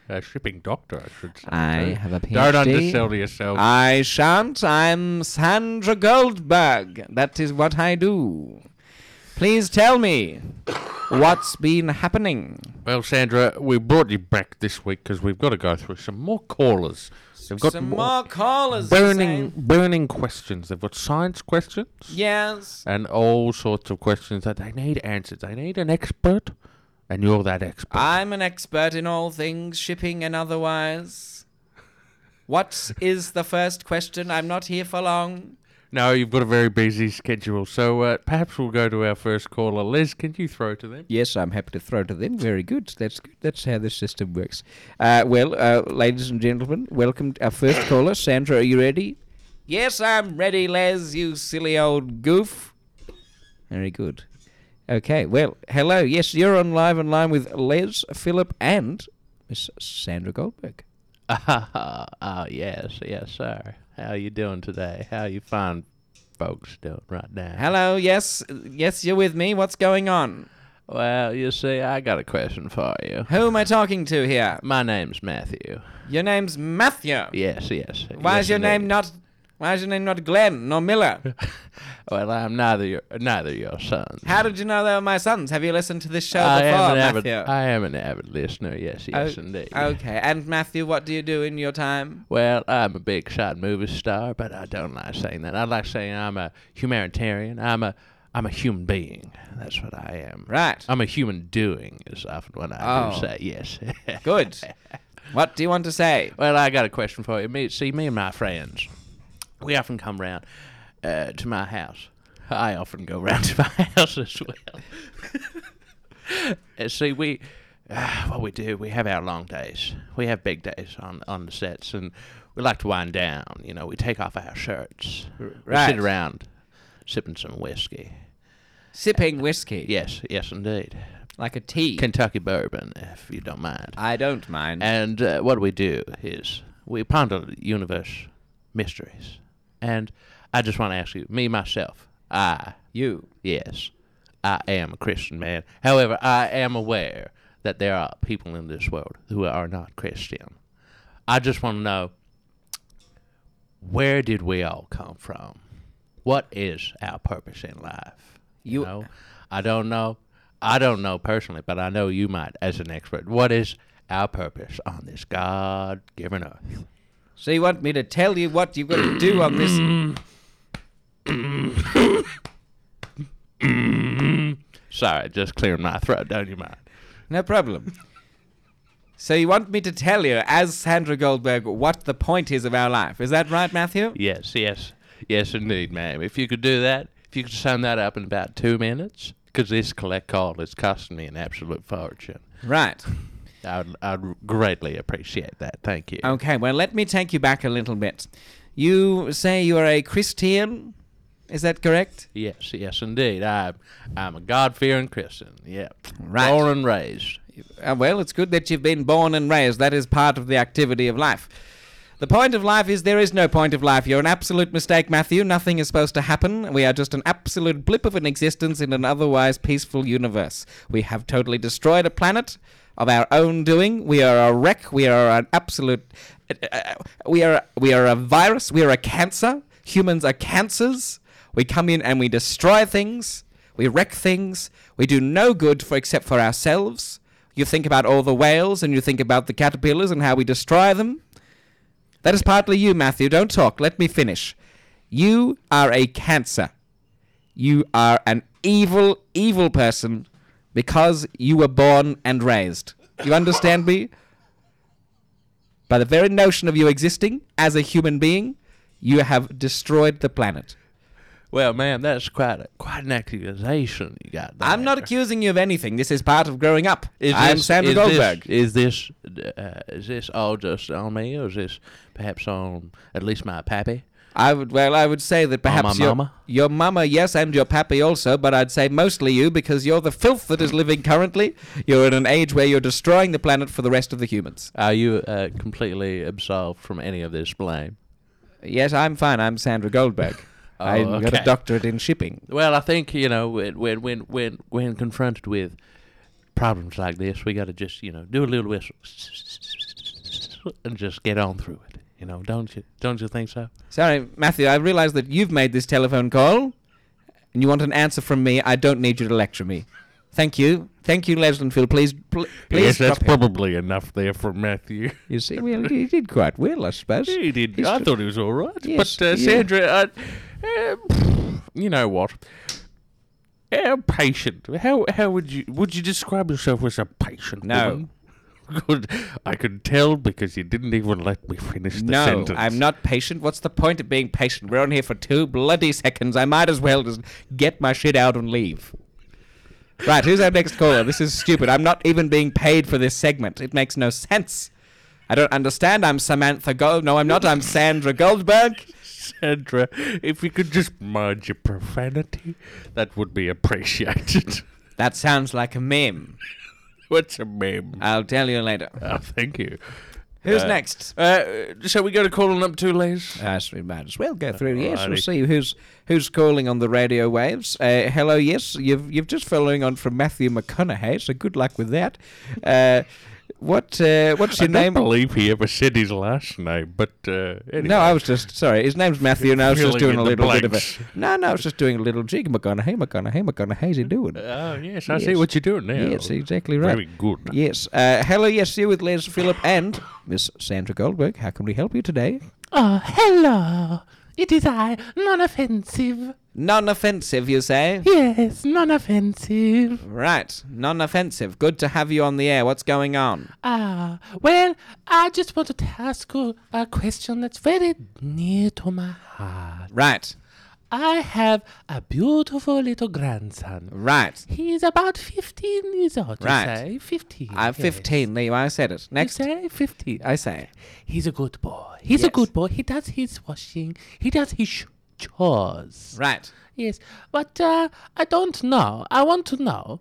[SPEAKER 7] A shipping doctor, I should say.
[SPEAKER 3] I have a
[SPEAKER 7] Don't
[SPEAKER 3] PhD.
[SPEAKER 7] undersell yourself.
[SPEAKER 1] Ah.
[SPEAKER 3] I shan't. I'm Sandra Goldberg. That is what I do. Please tell me what's been happening.
[SPEAKER 7] well, Sandra, we brought you back this week because we've got to go through some more callers. They've got
[SPEAKER 3] Some more callers. you
[SPEAKER 7] burning,
[SPEAKER 3] say?
[SPEAKER 7] burning questions. They've got science questions
[SPEAKER 3] Yes.
[SPEAKER 7] and all sorts of questions that they need answered. They need an expert, and you're that expert.
[SPEAKER 3] I'm an expert in all things shipping and otherwise. What is the first question? I'm not here for long.
[SPEAKER 7] no, you've got a very busy schedule, so uh, perhaps we'll go to our first caller. Liz, can you throw to them?
[SPEAKER 2] Yes, I'm happy to throw to them. Very good. That's good. That's how this system works. Uh, well, uh, ladies and gentlemen, welcome to our first caller. Sandra, are you ready?
[SPEAKER 3] Yes, I'm ready, Les, you silly old goof.
[SPEAKER 2] Very good. Okay, well, hello. Yes, you're on live online with Les, Philip, and Miss Sandra Goldberg.
[SPEAKER 1] Ah, (laughs) oh, yes, yes, sir. How you doing today? How you fine folks doing right now?
[SPEAKER 3] Hello, yes, yes, you're with me. What's going on?
[SPEAKER 1] Well, you see, I got a question for you.
[SPEAKER 3] Who am I talking to here?
[SPEAKER 1] My name's Matthew.
[SPEAKER 3] Your name's Matthew.
[SPEAKER 1] Yes, yes.
[SPEAKER 3] Why
[SPEAKER 1] yes,
[SPEAKER 3] is your name
[SPEAKER 1] indeed.
[SPEAKER 3] not? Why is your name not Glenn nor Miller?
[SPEAKER 1] Well, I'm neither your neither your son.
[SPEAKER 3] How did you know they were my sons? Have you listened to this show
[SPEAKER 1] I
[SPEAKER 3] before,
[SPEAKER 1] am an avid,
[SPEAKER 3] Matthew? Oh,
[SPEAKER 1] I am an avid listener. Yes, yes, indeed.
[SPEAKER 3] Okay, and Matthew, what do you do in your time?
[SPEAKER 1] Well, I'm a big shot movie star, but I don't like saying that. I like saying I'm a humanitarian. I'm a I'm a human being. That's what I am.
[SPEAKER 3] Right.
[SPEAKER 1] I'm a human doing is often what I
[SPEAKER 3] Oh.
[SPEAKER 1] do say. Yes. (laughs)
[SPEAKER 3] Good. what do you want to say?
[SPEAKER 1] Well, I got a question for you. Me, see, me and my friends, we often come round uh, to my house. I often go round to my (laughs) house as well. and see, we, uh, what we do, we have our long days. We have big days on on the sets, and we like to wind down. You know, we take off our shirts, we
[SPEAKER 3] right.
[SPEAKER 1] sit around, sipping some whiskey.
[SPEAKER 3] Sipping whiskey.
[SPEAKER 1] Yes, yes, indeed,
[SPEAKER 3] Like a tea.
[SPEAKER 1] Kentucky bourbon, if you don't mind.
[SPEAKER 3] I don't mind.
[SPEAKER 1] And uh, what we do is we ponder universe mysteries. And I just want to ask you, me myself, I,
[SPEAKER 3] you.
[SPEAKER 1] yes, I am a Christian man. However, I am aware that there are people in this world who are not Christian. I just want to know where did we all come from? What is our purpose in life?
[SPEAKER 3] You-
[SPEAKER 1] know? I don't know. I don't know personally, but I know you might as an expert. What is our purpose on this God given earth?
[SPEAKER 3] So you want me to tell you what you've got to do on this?
[SPEAKER 9] (coughs)
[SPEAKER 1] Sorry, just clearing my throat, don't you mind?
[SPEAKER 3] No problem. So you want me to tell you, as Sandra Goldberg, what the point is of our life? Is that right, Matthew?
[SPEAKER 1] Yes, yes, yes, indeed, ma'am. If you could do that, if you could sum that up in about two minutes, because this collect call is costing me an absolute fortune.
[SPEAKER 3] Right.
[SPEAKER 1] I'd, I'd greatly appreciate that. Thank you.
[SPEAKER 3] Um, Okay, well, let me take you back a little bit. You say you are a Christian?
[SPEAKER 2] Is that correct?
[SPEAKER 1] Yes, yes, indeed. I'm, I'm a God fearing Christian. Yeah.
[SPEAKER 2] Right.
[SPEAKER 1] Born and raised.
[SPEAKER 2] Uh, well, it's good that you've been born and raised. That is part of the activity of life. The point of life is there is no point of life. You're an absolute mistake, Matthew. Nothing is supposed to happen. We are just an absolute blip of an existence in an otherwise peaceful universe. We have totally destroyed a planet of our own doing. We are a wreck. We are an absolute. uh, uh, we are we are a virus. We are a cancer. Humans are cancers. We come in and we destroy things. We wreck things. We do no good for except for ourselves. You think about all the whales and you think about the caterpillars and how we destroy them. That is partly you, Matthew. Don't talk. Let me finish. You are a cancer. You are an evil, evil person because you were born and raised. You understand me? By the very notion of you existing as a human being, you have destroyed the planet.
[SPEAKER 1] Well, man, that's quite a, quite an accusation you got there.
[SPEAKER 2] I'm not accusing you of anything. This is part of growing up.
[SPEAKER 1] Is
[SPEAKER 2] I'm
[SPEAKER 1] this-
[SPEAKER 2] Sandra
[SPEAKER 1] is
[SPEAKER 2] Goldberg.
[SPEAKER 1] This, is this uh, is this all just on me, or is this perhaps on at least my pappy?
[SPEAKER 2] I would well, I would say that perhaps
[SPEAKER 1] my
[SPEAKER 2] your
[SPEAKER 1] mama?
[SPEAKER 2] your mama, yes, and your pappy also, but I'd say mostly you because you're the filth that is living currently. You're in an age where you're destroying the planet for the rest of the humans.
[SPEAKER 1] Are you uh, completely absolved from any of this blame?
[SPEAKER 2] Yes, I'm fine. I'm Sandra Goldberg.
[SPEAKER 9] Oh,
[SPEAKER 2] I got a
[SPEAKER 1] okay.
[SPEAKER 2] doctorate in shipping.
[SPEAKER 1] Well, I think you know when when when when, when confronted with problems like this, we got to just you know do a little whistle and just get on through it. You know, don't you don't you think so?
[SPEAKER 2] Sorry, Matthew, I realize that you've made this telephone call and you want an answer from me. I don't need you to lecture me. Thank you. Thank you, Leslie. Please, pl-
[SPEAKER 9] Yes,
[SPEAKER 2] please
[SPEAKER 9] that's
[SPEAKER 2] drop him.
[SPEAKER 9] probably enough there for Matthew.
[SPEAKER 10] You see, well, he did quite well, I suppose.
[SPEAKER 9] He did.
[SPEAKER 10] He's
[SPEAKER 9] I
[SPEAKER 10] tr-
[SPEAKER 9] thought he was all right.
[SPEAKER 10] Yes,
[SPEAKER 9] but uh,
[SPEAKER 10] yeah.
[SPEAKER 9] Sandra, I, uh, you know what? How patient? How how would you would you describe yourself as a patient?
[SPEAKER 2] No.
[SPEAKER 9] woman? (laughs) Good. I could tell because you didn't even let me finish the
[SPEAKER 2] no,
[SPEAKER 9] sentence.
[SPEAKER 2] I'm not patient. What's the point of being patient? We're on here for two bloody seconds. I might as well just get my shit out and leave. Right, who's our next caller? This is stupid. I'm not even being paid for this segment. It makes no sense. I don't understand. I'm Samantha Gold. No, I'm not. I'm Sandra Goldberg.
[SPEAKER 9] Sandra, if you could just merge your profanity, that would be appreciated.
[SPEAKER 2] (laughs) That sounds like a meme.
[SPEAKER 9] What's a meme?
[SPEAKER 2] I'll tell you later.
[SPEAKER 9] oh, thank you.
[SPEAKER 2] Who's
[SPEAKER 9] Uh,
[SPEAKER 2] next?
[SPEAKER 9] Uh, shall we go to calling number two, Les?
[SPEAKER 10] Uh, so we might as well go through. Yes, we'll
[SPEAKER 9] Alrighty.
[SPEAKER 10] see.
[SPEAKER 2] see who's who's calling on the radio waves. Uh, hello, yes, you've you've just following on from Matthew McConaughey, so good luck with that. Uh, what uh, what's
[SPEAKER 9] I
[SPEAKER 2] your
[SPEAKER 9] don't
[SPEAKER 2] name?
[SPEAKER 9] believe he ever said his last name, but uh, anyway.
[SPEAKER 2] No, I was just sorry. His name's Matthew, and I was just
[SPEAKER 9] Filling
[SPEAKER 2] doing
[SPEAKER 9] in
[SPEAKER 2] a
[SPEAKER 9] the
[SPEAKER 2] little bit of a.
[SPEAKER 9] blanks.
[SPEAKER 2] No, no, I was just doing a little jig. McConaughey, McConaughey, McConaughey, how's he doing?
[SPEAKER 9] Oh yes, I see
[SPEAKER 10] Yes.
[SPEAKER 9] what you're doing now.
[SPEAKER 10] Yes, exactly right.
[SPEAKER 9] Very good.
[SPEAKER 2] Yes. Uh, hello, yes, you with Les Philip and Miss Sandra Goldberg. How can we help you today?
[SPEAKER 6] Oh, hello. It is I, non offensive.
[SPEAKER 2] Non-offensive, you say?
[SPEAKER 6] Yes, non offensive.
[SPEAKER 2] Right, non-offensive. Good to have you on the air. What's going on?
[SPEAKER 6] Ah, well, I just wanted to ask you a question that's very near to my heart.
[SPEAKER 2] Right,
[SPEAKER 6] I have a beautiful little grandson.
[SPEAKER 2] right.
[SPEAKER 6] He is about 15 years old, you
[SPEAKER 2] Right.
[SPEAKER 6] say? 15.
[SPEAKER 2] I'm
[SPEAKER 6] yes.
[SPEAKER 2] 15. There you are. I said it.
[SPEAKER 6] You
[SPEAKER 2] Next.
[SPEAKER 6] say 15.
[SPEAKER 2] I say.
[SPEAKER 6] He's a good boy. He's a
[SPEAKER 2] Yes.
[SPEAKER 6] good boy. He does his washing. He does his sh- chores.
[SPEAKER 2] Right.
[SPEAKER 6] Yes, but uh, I don't know. I want to know.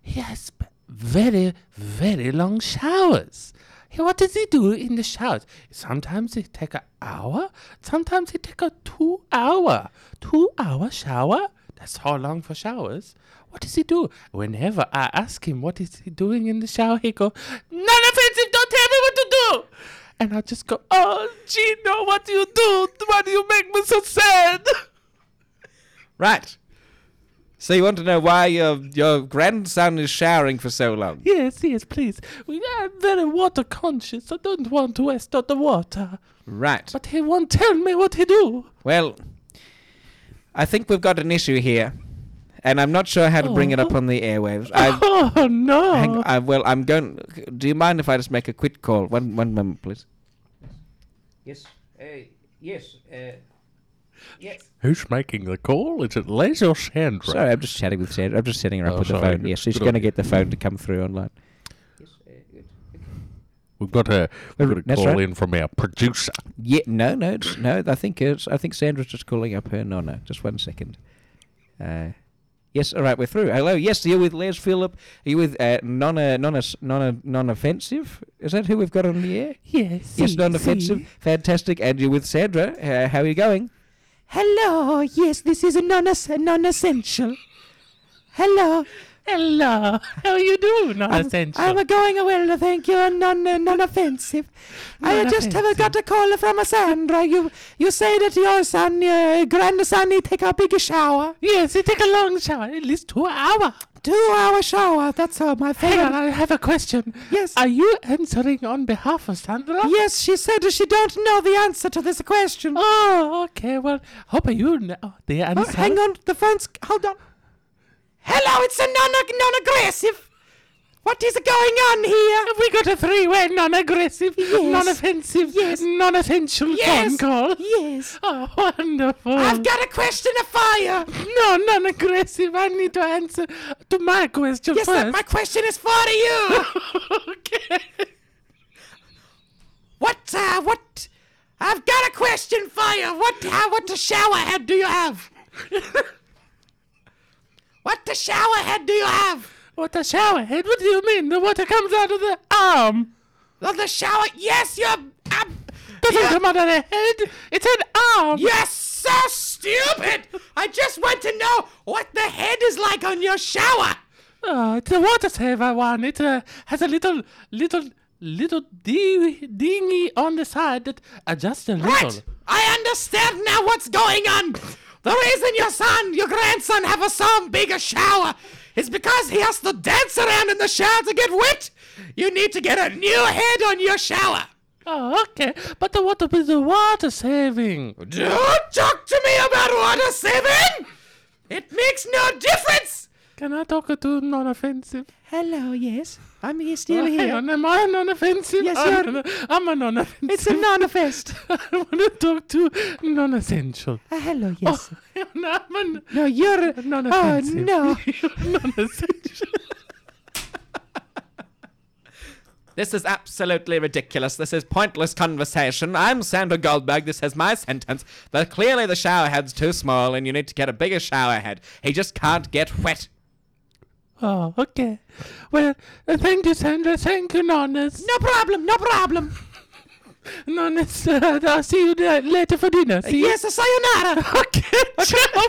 [SPEAKER 6] He has b- very, very long showers. He- What does he do in the showers? Sometimes he take an hour. Sometimes he take a two hour, two hour shower. That's how long for showers. What does he do? Whenever I ask him what is he doing in the shower, he go, "None offensive. Don't tell me what to do." And I just go, "Oh, Gino, what do you do? Why do you make me so sad?" (laughs)
[SPEAKER 2] Right. So you want to know why your your grandson is showering for so long?
[SPEAKER 6] Yes, yes, please. We are very water conscious. I don't want to waste all the water.
[SPEAKER 2] Right.
[SPEAKER 6] But he won't tell me what he do.
[SPEAKER 2] Well, I think we've got an issue here, and I'm not sure how to bring it up on the airwaves. I've,
[SPEAKER 6] (laughs) oh no!
[SPEAKER 2] hang, I, well, I'm going. Do you mind if I just make a quick call? One one moment, please.
[SPEAKER 11] Yes. Uh, yes. Uh, yes.
[SPEAKER 9] Who's making the call? Is it Les or Sandra?
[SPEAKER 10] Sorry, I'm just chatting with Sandra. I'm just setting her up
[SPEAKER 9] Oh,
[SPEAKER 10] with the
[SPEAKER 9] sorry.
[SPEAKER 10] phone. Yes, she's
[SPEAKER 9] Good
[SPEAKER 10] going to
[SPEAKER 9] idea.
[SPEAKER 10] get the phone to come through online.
[SPEAKER 11] Yes. Uh, good.
[SPEAKER 9] We-
[SPEAKER 1] We've got a, we've got a
[SPEAKER 2] That's
[SPEAKER 1] call
[SPEAKER 2] right.
[SPEAKER 1] in from our producer.
[SPEAKER 2] Yeah, no, no, it's, no. I think it's. I think Sandra's just calling up her nonna. Just one second. Uh, yes, all right, we're through. Hello, yes, you're with Les Phillip. Are you with uh, nonna, nonna, s- nonna, non-offensive? Is that who we've got on the air?
[SPEAKER 6] Yes.
[SPEAKER 2] yes, non-offensive. Fantastic. And you're with Sandra. Uh, how are you going?
[SPEAKER 6] Hello. Yes, this is a non non-essential. Hello.
[SPEAKER 12] Hello. How are you doing? Not essential.
[SPEAKER 6] I'm a going well, thank you, and non uh, non-offensive. I just have got a call from a Sandra. You you say that your son, your grandson, he take a big shower,
[SPEAKER 12] yes, it take a long shower, at least two hour.
[SPEAKER 6] two-hour shower. That's all my
[SPEAKER 12] Hang
[SPEAKER 6] favorite.
[SPEAKER 12] on, I have a question.
[SPEAKER 6] Yes.
[SPEAKER 12] Are you answering on behalf of Sandra?
[SPEAKER 6] Yes, she said that she don't know the answer to this question.
[SPEAKER 12] Oh, okay. Well, hope you know the answer.
[SPEAKER 6] Oh, hang on, the phone's. Hold on. Hello, it's a non non aggressive. What is going on here?
[SPEAKER 12] We got a three-way non-aggressive, non-offensive, non-essential
[SPEAKER 6] Yes.
[SPEAKER 12] phone call.
[SPEAKER 6] Yes.
[SPEAKER 12] Oh, wonderful.
[SPEAKER 6] I've got a question of fire.
[SPEAKER 12] no non-aggressive. I need to answer to my question
[SPEAKER 6] Yes, that
[SPEAKER 12] first.
[SPEAKER 6] my question is for you.
[SPEAKER 12] (laughs) okay.
[SPEAKER 6] what? Uh, what? I've got a question for you. What? Uh, what a shower head do you
[SPEAKER 12] (laughs)
[SPEAKER 6] have? what a shower head do you have?
[SPEAKER 12] What a shower head. What do you mean? The water comes out of the arm.
[SPEAKER 6] Oh, the shower. Yes, you're. Um,
[SPEAKER 12] Doesn't
[SPEAKER 6] Yeah.
[SPEAKER 12] come out of the head. It's an arm.
[SPEAKER 6] you're so stupid. I just want to know what the head is like on your shower.
[SPEAKER 12] Oh, it's a water saver one. It uh, has a little, little, little dee- dinghy on the side that adjusts a little.
[SPEAKER 6] Right. I understand now what's going on. The reason your son, your grandson, have a some bigger shower is because he has to dance around in the shower to get wet. You need to get a new head on your shower.
[SPEAKER 12] Oh, okay. But the water is the water saving.
[SPEAKER 6] Don't talk to me about water saving. It makes no difference.
[SPEAKER 12] Can I talk to non-offensive?
[SPEAKER 6] Hello. Yes, I'm here, still
[SPEAKER 12] Oh, hang on, am I non-offensive?
[SPEAKER 6] Yes,
[SPEAKER 12] I'm
[SPEAKER 6] you're-
[SPEAKER 12] non- I'm a non-offensive.
[SPEAKER 6] non-fest.
[SPEAKER 12] (laughs) I want to talk to non-essential.
[SPEAKER 6] Uh, hello.
[SPEAKER 12] Oh, hang on, (laughs) I'm a n-
[SPEAKER 6] No, you're. Oh,
[SPEAKER 12] non-offensive. (laughs)
[SPEAKER 6] no.
[SPEAKER 12] non-essential.
[SPEAKER 6] This is absolutely ridiculous. This is pointless conversation. I'm Sandra Goldberg. This is my sentence. That clearly the shower head's too small and you need to get a bigger shower head. He just can't get wet.
[SPEAKER 12] Oh, okay. Well, uh, thank you, Sandra. Thank you, Nonnes.
[SPEAKER 6] No problem, no problem.
[SPEAKER 12] (laughs) Nonnes, uh, I'll see you uh, later for dinner. See you.
[SPEAKER 6] Yes, sayonara.
[SPEAKER 12] (laughs)
[SPEAKER 6] (laughs)
[SPEAKER 12] Okay. ciao.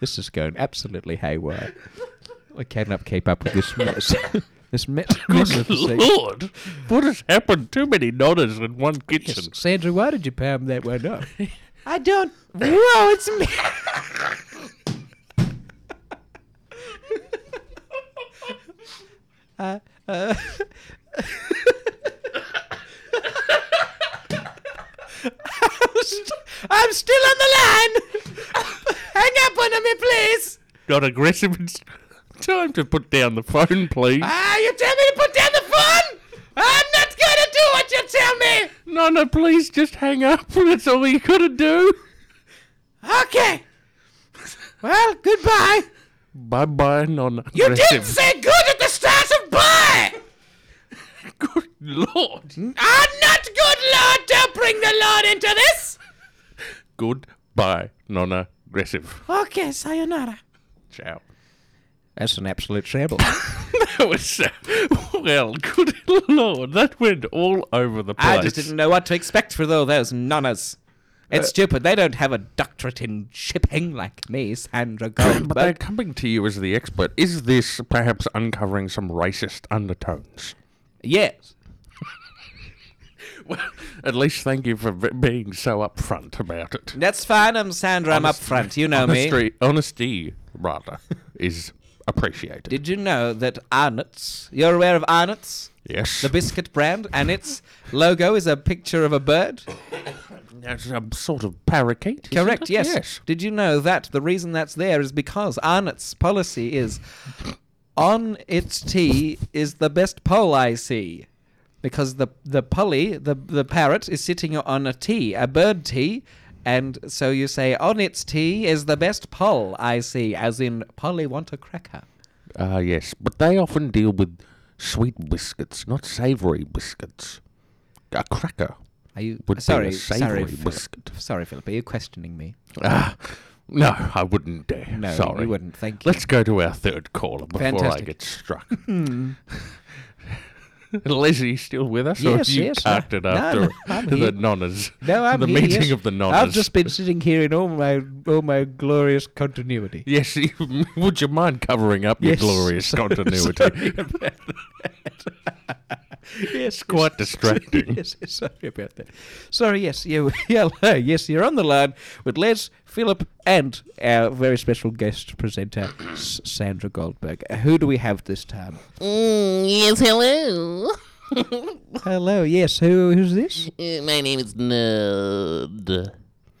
[SPEAKER 2] This is going absolutely
[SPEAKER 6] (laughs)
[SPEAKER 2] haywire. (laughs) I cannot keep up with this mess. this mess. magnificent-
[SPEAKER 1] Lord, what has happened? Too many nodders in one kitchen.
[SPEAKER 2] Sandra, why did you pound that one
[SPEAKER 6] (laughs)
[SPEAKER 2] up?
[SPEAKER 6] I don't. Whoa, it's me. (laughs) Uh, (laughs) I'm still on the line. (laughs) Hang up on me, please.
[SPEAKER 1] Got aggressive. It's time to put down the phone, please.
[SPEAKER 6] Ah, you tell me to put down the phone. I'm not gonna do what you tell me.
[SPEAKER 1] Nonna, please just hang up. (laughs) That's all you got to do.
[SPEAKER 6] Okay. Well, goodbye.
[SPEAKER 1] Bye bye, Nonna.
[SPEAKER 6] You didn't say good at the start of bye.
[SPEAKER 1] Good Lord.
[SPEAKER 6] I'm not good, Lord. Don't bring the Lord into this.
[SPEAKER 1] Goodbye, Nonna. Aggressive.
[SPEAKER 6] Okay, sayonara.
[SPEAKER 1] Ciao.
[SPEAKER 2] That's an absolute
[SPEAKER 6] (laughs)
[SPEAKER 2] shambles.
[SPEAKER 1] That was so. Well, good (laughs) Lord. That went all over the place.
[SPEAKER 6] I just didn't know what to expect for all those nonnas. It's
[SPEAKER 2] Uh,
[SPEAKER 6] stupid. They don't have a doctorate in shipping like me,
[SPEAKER 2] (coughs)
[SPEAKER 6] Sandra
[SPEAKER 1] But they're
[SPEAKER 6] Goldberg.
[SPEAKER 1] coming to you as the expert. Is this perhaps uncovering some racist undertones?
[SPEAKER 6] yes.
[SPEAKER 1] Well, at least thank you for v- being so upfront about it.
[SPEAKER 6] That's fine. I'm Sandra. I'm up front.
[SPEAKER 2] (laughs)
[SPEAKER 6] You know me.
[SPEAKER 1] Honesty, honesty rather, is appreciated.
[SPEAKER 6] Did you know that Arnott's, you're aware of Arnott's,
[SPEAKER 1] yes.
[SPEAKER 6] the biscuit brand, and its logo is a picture of a bird?
[SPEAKER 1] That's a sort of parakeet. isn't
[SPEAKER 6] Correct,
[SPEAKER 1] it?
[SPEAKER 6] yes. Did you know that the reason that's there is because Arnott's policy is on its tea is the best pole I see. Because the the polly, the the parrot, is sitting on a tea, a bird tea, and so you say on its tea is the best poll I see, as in Polly want a cracker.
[SPEAKER 1] Ah, yes. But they often deal with
[SPEAKER 13] sweet biscuits, not savoury biscuits. A cracker
[SPEAKER 2] Are you
[SPEAKER 13] would
[SPEAKER 2] sorry?
[SPEAKER 13] be a
[SPEAKER 2] Sorry,
[SPEAKER 13] savoury
[SPEAKER 2] Philip.
[SPEAKER 13] biscuit.
[SPEAKER 2] Sorry, Philip. Are you questioning me?
[SPEAKER 13] Ah, no, I wouldn't dare.
[SPEAKER 2] No,
[SPEAKER 13] sorry.
[SPEAKER 2] you wouldn't. Thank
[SPEAKER 13] (laughs)
[SPEAKER 2] you.
[SPEAKER 13] Let's go to our third caller before I
[SPEAKER 2] Fantastic.
[SPEAKER 13] get struck. (laughs) Leslie still with us? or have
[SPEAKER 2] Yes,
[SPEAKER 13] you
[SPEAKER 2] yes, no.
[SPEAKER 13] parked it
[SPEAKER 2] No,
[SPEAKER 13] after (laughs)
[SPEAKER 2] no, I'm
[SPEAKER 13] the
[SPEAKER 2] here.
[SPEAKER 13] nonnas?
[SPEAKER 2] No, I'm
[SPEAKER 13] the
[SPEAKER 2] here,
[SPEAKER 13] meeting
[SPEAKER 2] yes.
[SPEAKER 13] of the nonnas.
[SPEAKER 2] I've just been sitting here in all my all my glorious continuity.
[SPEAKER 13] Yes, (laughs) you- would you mind covering up
[SPEAKER 2] Yes.
[SPEAKER 13] your
[SPEAKER 2] (laughs)
[SPEAKER 13] glorious continuity?
[SPEAKER 2] (laughs) yes,
[SPEAKER 13] Quite distracting.
[SPEAKER 2] (laughs) yes, yes, sorry about that. Sorry, yes, you, (laughs) hello, yes, you're on the line with Les, Philip, and our very special guest presenter, S- Sandra Goldberg. Who do we have this time?
[SPEAKER 3] Mm, yes, hello. (laughs)
[SPEAKER 2] Hello, yes, who who's this?
[SPEAKER 3] Uh, My name is Nerd.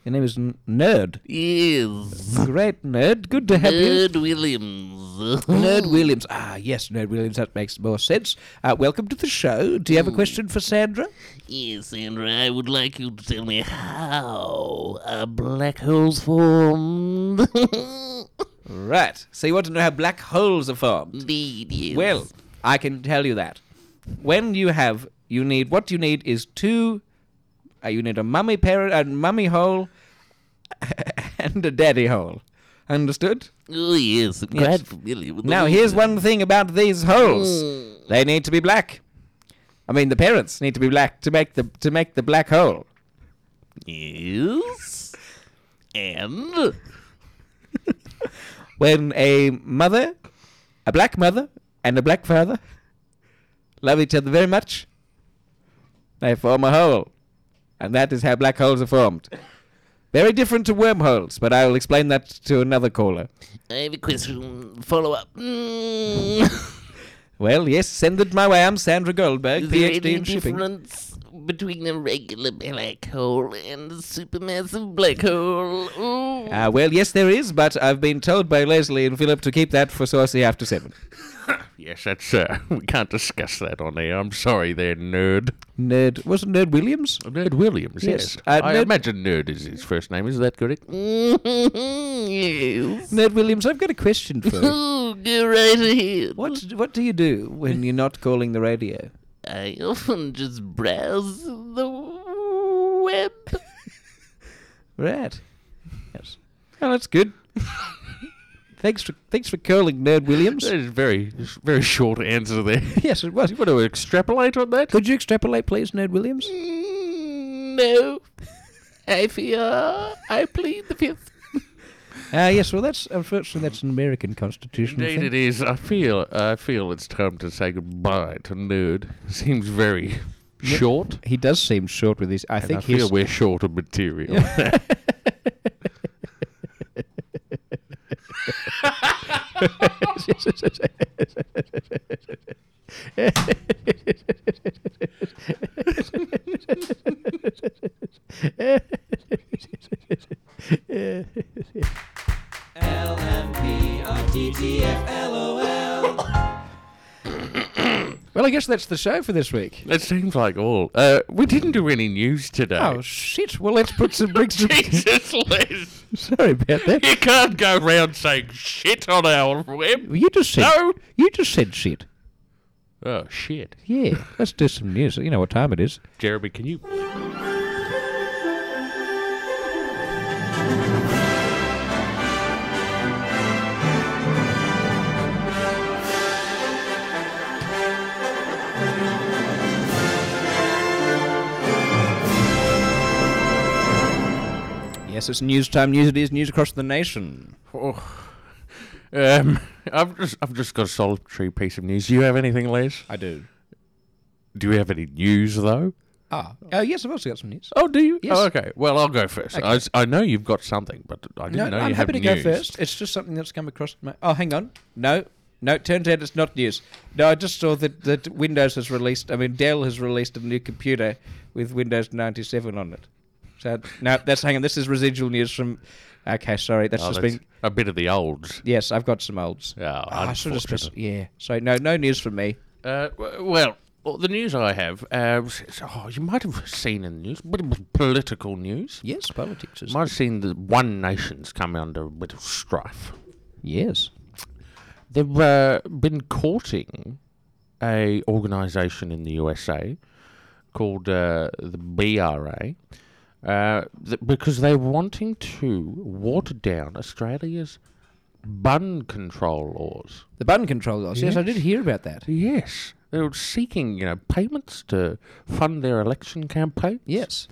[SPEAKER 2] Your name is N- Nerd.
[SPEAKER 3] Yes.
[SPEAKER 2] Great Nerd, good to have you.
[SPEAKER 3] Nerd Williams.
[SPEAKER 2] Nerd Williams. Ah, yes, Nerd Williams, that makes more sense. Uh, welcome to the show. Do you have a question for Sandra?
[SPEAKER 3] Yes, Sandra, I would like you to tell me how a black hole's formed. (laughs)
[SPEAKER 2] Right, so you want to know how black holes are formed?
[SPEAKER 3] Indeed, Mm, yes.
[SPEAKER 2] Well, I can tell you that. When you have, you need what you need is two. Uh, you need a mummy parrot, a mummy hole, (laughs) and a daddy hole. Understood?
[SPEAKER 3] Oh, yes, I'm
[SPEAKER 2] Yes.
[SPEAKER 3] quite familiar with
[SPEAKER 2] Now,
[SPEAKER 3] the
[SPEAKER 2] here's one thing about these
[SPEAKER 3] Mm.
[SPEAKER 2] holes. They need to be black. I mean, the parents need to be black to make the to make the black hole.
[SPEAKER 3] Yes. And?
[SPEAKER 2] When a mother, a black mother, and a black father love each other very much, they form a hole. And that is how black holes are formed. Very different to wormholes, but I will explain that to another caller.
[SPEAKER 3] I have a question. Follow up. Mm. (laughs)
[SPEAKER 2] Well, yes, send it my way. I'm Sandra Goldberg,
[SPEAKER 3] Is there
[SPEAKER 2] PhD
[SPEAKER 3] any
[SPEAKER 2] in shipping.
[SPEAKER 3] difference between a regular black hole and a supermassive black hole? Ooh.
[SPEAKER 2] Uh, well, yes, there is, but I've been told by Leslie and Philip to keep that for Saucy after seven.
[SPEAKER 13] (laughs) yes, that's uh, (laughs) we can't discuss that on air. I'm sorry, there, nerd.
[SPEAKER 2] Nerd. Was it Nerd Williams?
[SPEAKER 13] Nerd Williams. Yes,
[SPEAKER 2] Yes, uh,
[SPEAKER 13] I
[SPEAKER 2] Nerd-
[SPEAKER 13] imagine
[SPEAKER 2] (laughs)
[SPEAKER 13] nerd is his first name. Is that correct?
[SPEAKER 3] yes.
[SPEAKER 2] Nerd Williams, I've got a question for
[SPEAKER 13] (laughs)
[SPEAKER 2] you.
[SPEAKER 3] Ooh, go right ahead.
[SPEAKER 2] What, what do you do when you're not calling the radio?
[SPEAKER 3] I often just browse the web.
[SPEAKER 2] Right. Yes. Oh, that's good. (laughs) thanks for thanks for calling, Nerd Williams.
[SPEAKER 13] That is very very short answer there.
[SPEAKER 2] (laughs) yes, it was.
[SPEAKER 13] you want to extrapolate on that?
[SPEAKER 2] Could you extrapolate, please, Nerd Williams?
[SPEAKER 3] Mm,
[SPEAKER 13] (laughs)
[SPEAKER 3] no. I
[SPEAKER 13] uh,
[SPEAKER 3] fear I plead the fifth.
[SPEAKER 2] (laughs) Ah, yes. Well, that's unfortunately that's an American constitutional
[SPEAKER 13] Indeed, it
[SPEAKER 2] thing.
[SPEAKER 13] is. I feel I feel it's time to say goodbye to nerd. Seems very short.
[SPEAKER 2] He does seem short with his. I
[SPEAKER 13] And
[SPEAKER 2] think
[SPEAKER 13] I feel
[SPEAKER 2] his.
[SPEAKER 13] we're short of
[SPEAKER 2] (laughs)
[SPEAKER 13] material.
[SPEAKER 2] Well, I guess that's the show for this week.
[SPEAKER 13] That seems like all. Uh, we didn't do any news today.
[SPEAKER 2] Oh shit! Well, let's put some
[SPEAKER 13] (laughs)
[SPEAKER 2] bricks. (laughs)
[SPEAKER 13] Jesus, Liz.
[SPEAKER 2] Sorry about that.
[SPEAKER 13] You can't go round saying shit on our web.
[SPEAKER 2] You just said.
[SPEAKER 13] No.
[SPEAKER 2] You just said shit.
[SPEAKER 13] Oh, shit.
[SPEAKER 2] Yeah. Let's do some news. You know what time it is.
[SPEAKER 13] Jeremy, can you.
[SPEAKER 2] Yes, it's news time. News it is. News across the nation.
[SPEAKER 13] Um, I've just I've just got a solitary piece of news. Do you have anything, Les?
[SPEAKER 2] I do.
[SPEAKER 13] Do you have any news though?
[SPEAKER 2] Ah. Oh yes, I've also got some news.
[SPEAKER 13] Oh, do you?
[SPEAKER 2] Yes.
[SPEAKER 13] Oh, okay. Well, I'll go first. I, s- I know you've got something, but I didn't know you
[SPEAKER 2] I'm
[SPEAKER 13] have
[SPEAKER 2] happy to
[SPEAKER 13] news.
[SPEAKER 2] go first. It's just something that's come across my. Oh, hang on. No, no. it Turns out it's not news. No, I just saw that, that Windows has released. I mean, Dell has released a new computer with Windows 97 on it. So no, that's hang on. This is residual news from. Okay, sorry. That's
[SPEAKER 13] Oh,
[SPEAKER 2] just
[SPEAKER 13] that's
[SPEAKER 2] been.
[SPEAKER 13] a bit of the olds.
[SPEAKER 2] Yes, I've got some olds.
[SPEAKER 13] Yeah, uh,
[SPEAKER 2] Ah, I should have
[SPEAKER 13] unfortunate.
[SPEAKER 2] spec- Yeah. So no, no news from me.
[SPEAKER 13] Uh, w- well, well, the news I have, uh, s- s- oh, you might have seen in the news, but it was political news.
[SPEAKER 2] Yes, politics
[SPEAKER 13] You might have seen the One Nation's come under a bit of strife.
[SPEAKER 2] Yes.
[SPEAKER 13] They've uh, been courting a organisation in the USA called uh, the BRA uh, th- because they're wanting to water down Australia's bun control laws.
[SPEAKER 2] The bun control laws. Yes, I did hear about that.
[SPEAKER 13] Yes, they're seeking you know payments to fund their election campaigns.
[SPEAKER 2] Yes.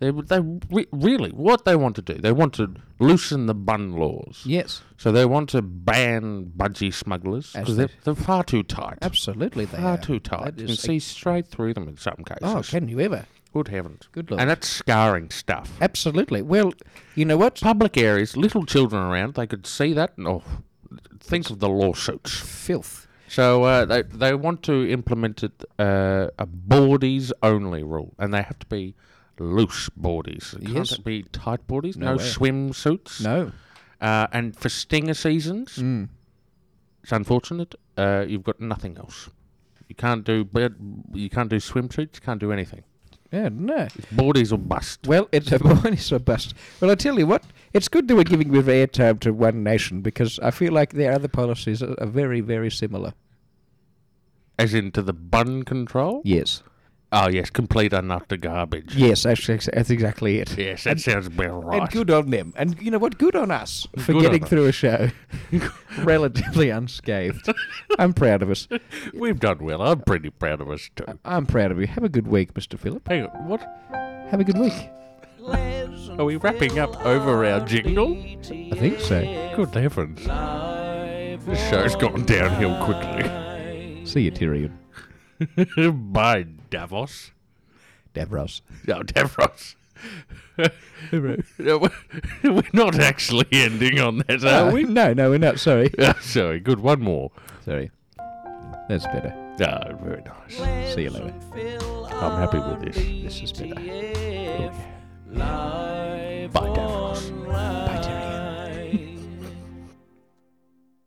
[SPEAKER 13] They, w- they re- really what they want to do they want to loosen the bun laws
[SPEAKER 2] Yes.
[SPEAKER 13] so they want to ban budgie smugglers
[SPEAKER 2] As
[SPEAKER 13] because
[SPEAKER 2] they-
[SPEAKER 13] they're, they're far too tight
[SPEAKER 2] Absolutely, they
[SPEAKER 13] far
[SPEAKER 2] are.
[SPEAKER 13] too tight
[SPEAKER 2] That
[SPEAKER 13] you
[SPEAKER 2] is
[SPEAKER 13] can
[SPEAKER 2] a-
[SPEAKER 13] see straight through them in some cases
[SPEAKER 2] Oh, can you ever?
[SPEAKER 13] good heavens
[SPEAKER 2] Good
[SPEAKER 13] and
[SPEAKER 2] lord.
[SPEAKER 13] that's scarring stuff
[SPEAKER 2] Absolutely. Well, you know what?
[SPEAKER 13] public areas little children around they could see that and oh, think of the lawsuits
[SPEAKER 2] Filth.
[SPEAKER 13] So uh, they they want to implement it, uh, a boardies only rule, and they have to be loose boardies. It
[SPEAKER 2] Yes.
[SPEAKER 13] can't be tight boardies.
[SPEAKER 2] No
[SPEAKER 13] No,
[SPEAKER 2] way.
[SPEAKER 13] swimsuits.
[SPEAKER 2] No.
[SPEAKER 13] Uh, and for stinger seasons,
[SPEAKER 2] Mm.
[SPEAKER 13] it's unfortunate. Uh, you've got nothing else. You can't do bed, you can't do swimsuits. You can't do anything.
[SPEAKER 2] Yeah, no.
[SPEAKER 13] It's boardies or
[SPEAKER 2] (laughs)
[SPEAKER 13] bust.
[SPEAKER 2] Well, it's a (laughs) bonus or bust. Well, I tell you what, it's good that we're giving with airtime to One Nation because I feel like their other policies are, are very, very similar.
[SPEAKER 13] As into the bun control.
[SPEAKER 2] Yes.
[SPEAKER 13] Oh yes, complete and utter garbage.
[SPEAKER 2] Yes, actually, ex- that's exactly it.
[SPEAKER 13] Yes, that sounds about right.
[SPEAKER 2] And good on them. And you know what? Good on us for
[SPEAKER 13] Good on
[SPEAKER 2] getting
[SPEAKER 13] us.
[SPEAKER 2] through a show (laughs)
[SPEAKER 13] (laughs)
[SPEAKER 2] relatively unscathed. I'm proud of us.
[SPEAKER 13] We've done well. I'm pretty proud of us too.
[SPEAKER 2] I'm proud of you. Have a good week, Mr. Phillip.
[SPEAKER 13] Hang on, what?
[SPEAKER 2] Have a good week.
[SPEAKER 13] Are we wrapping up over our jingle?
[SPEAKER 2] I think so.
[SPEAKER 13] Good heavens. This show's gone downhill (laughs) quickly.
[SPEAKER 2] See you, Tyrion.
[SPEAKER 13] Bye, Davos.
[SPEAKER 2] Davros.
[SPEAKER 13] No, (laughs) Davros. No, we're- We're not actually ending on that, are (laughs) we?
[SPEAKER 2] No, no, we're not. Sorry.
[SPEAKER 13] Oh, sorry, good. One more.
[SPEAKER 2] Sorry. That's better.
[SPEAKER 13] Ah, very nice.
[SPEAKER 2] See you later.
[SPEAKER 13] I'm happy with this.
[SPEAKER 2] This is better.
[SPEAKER 3] Yeah.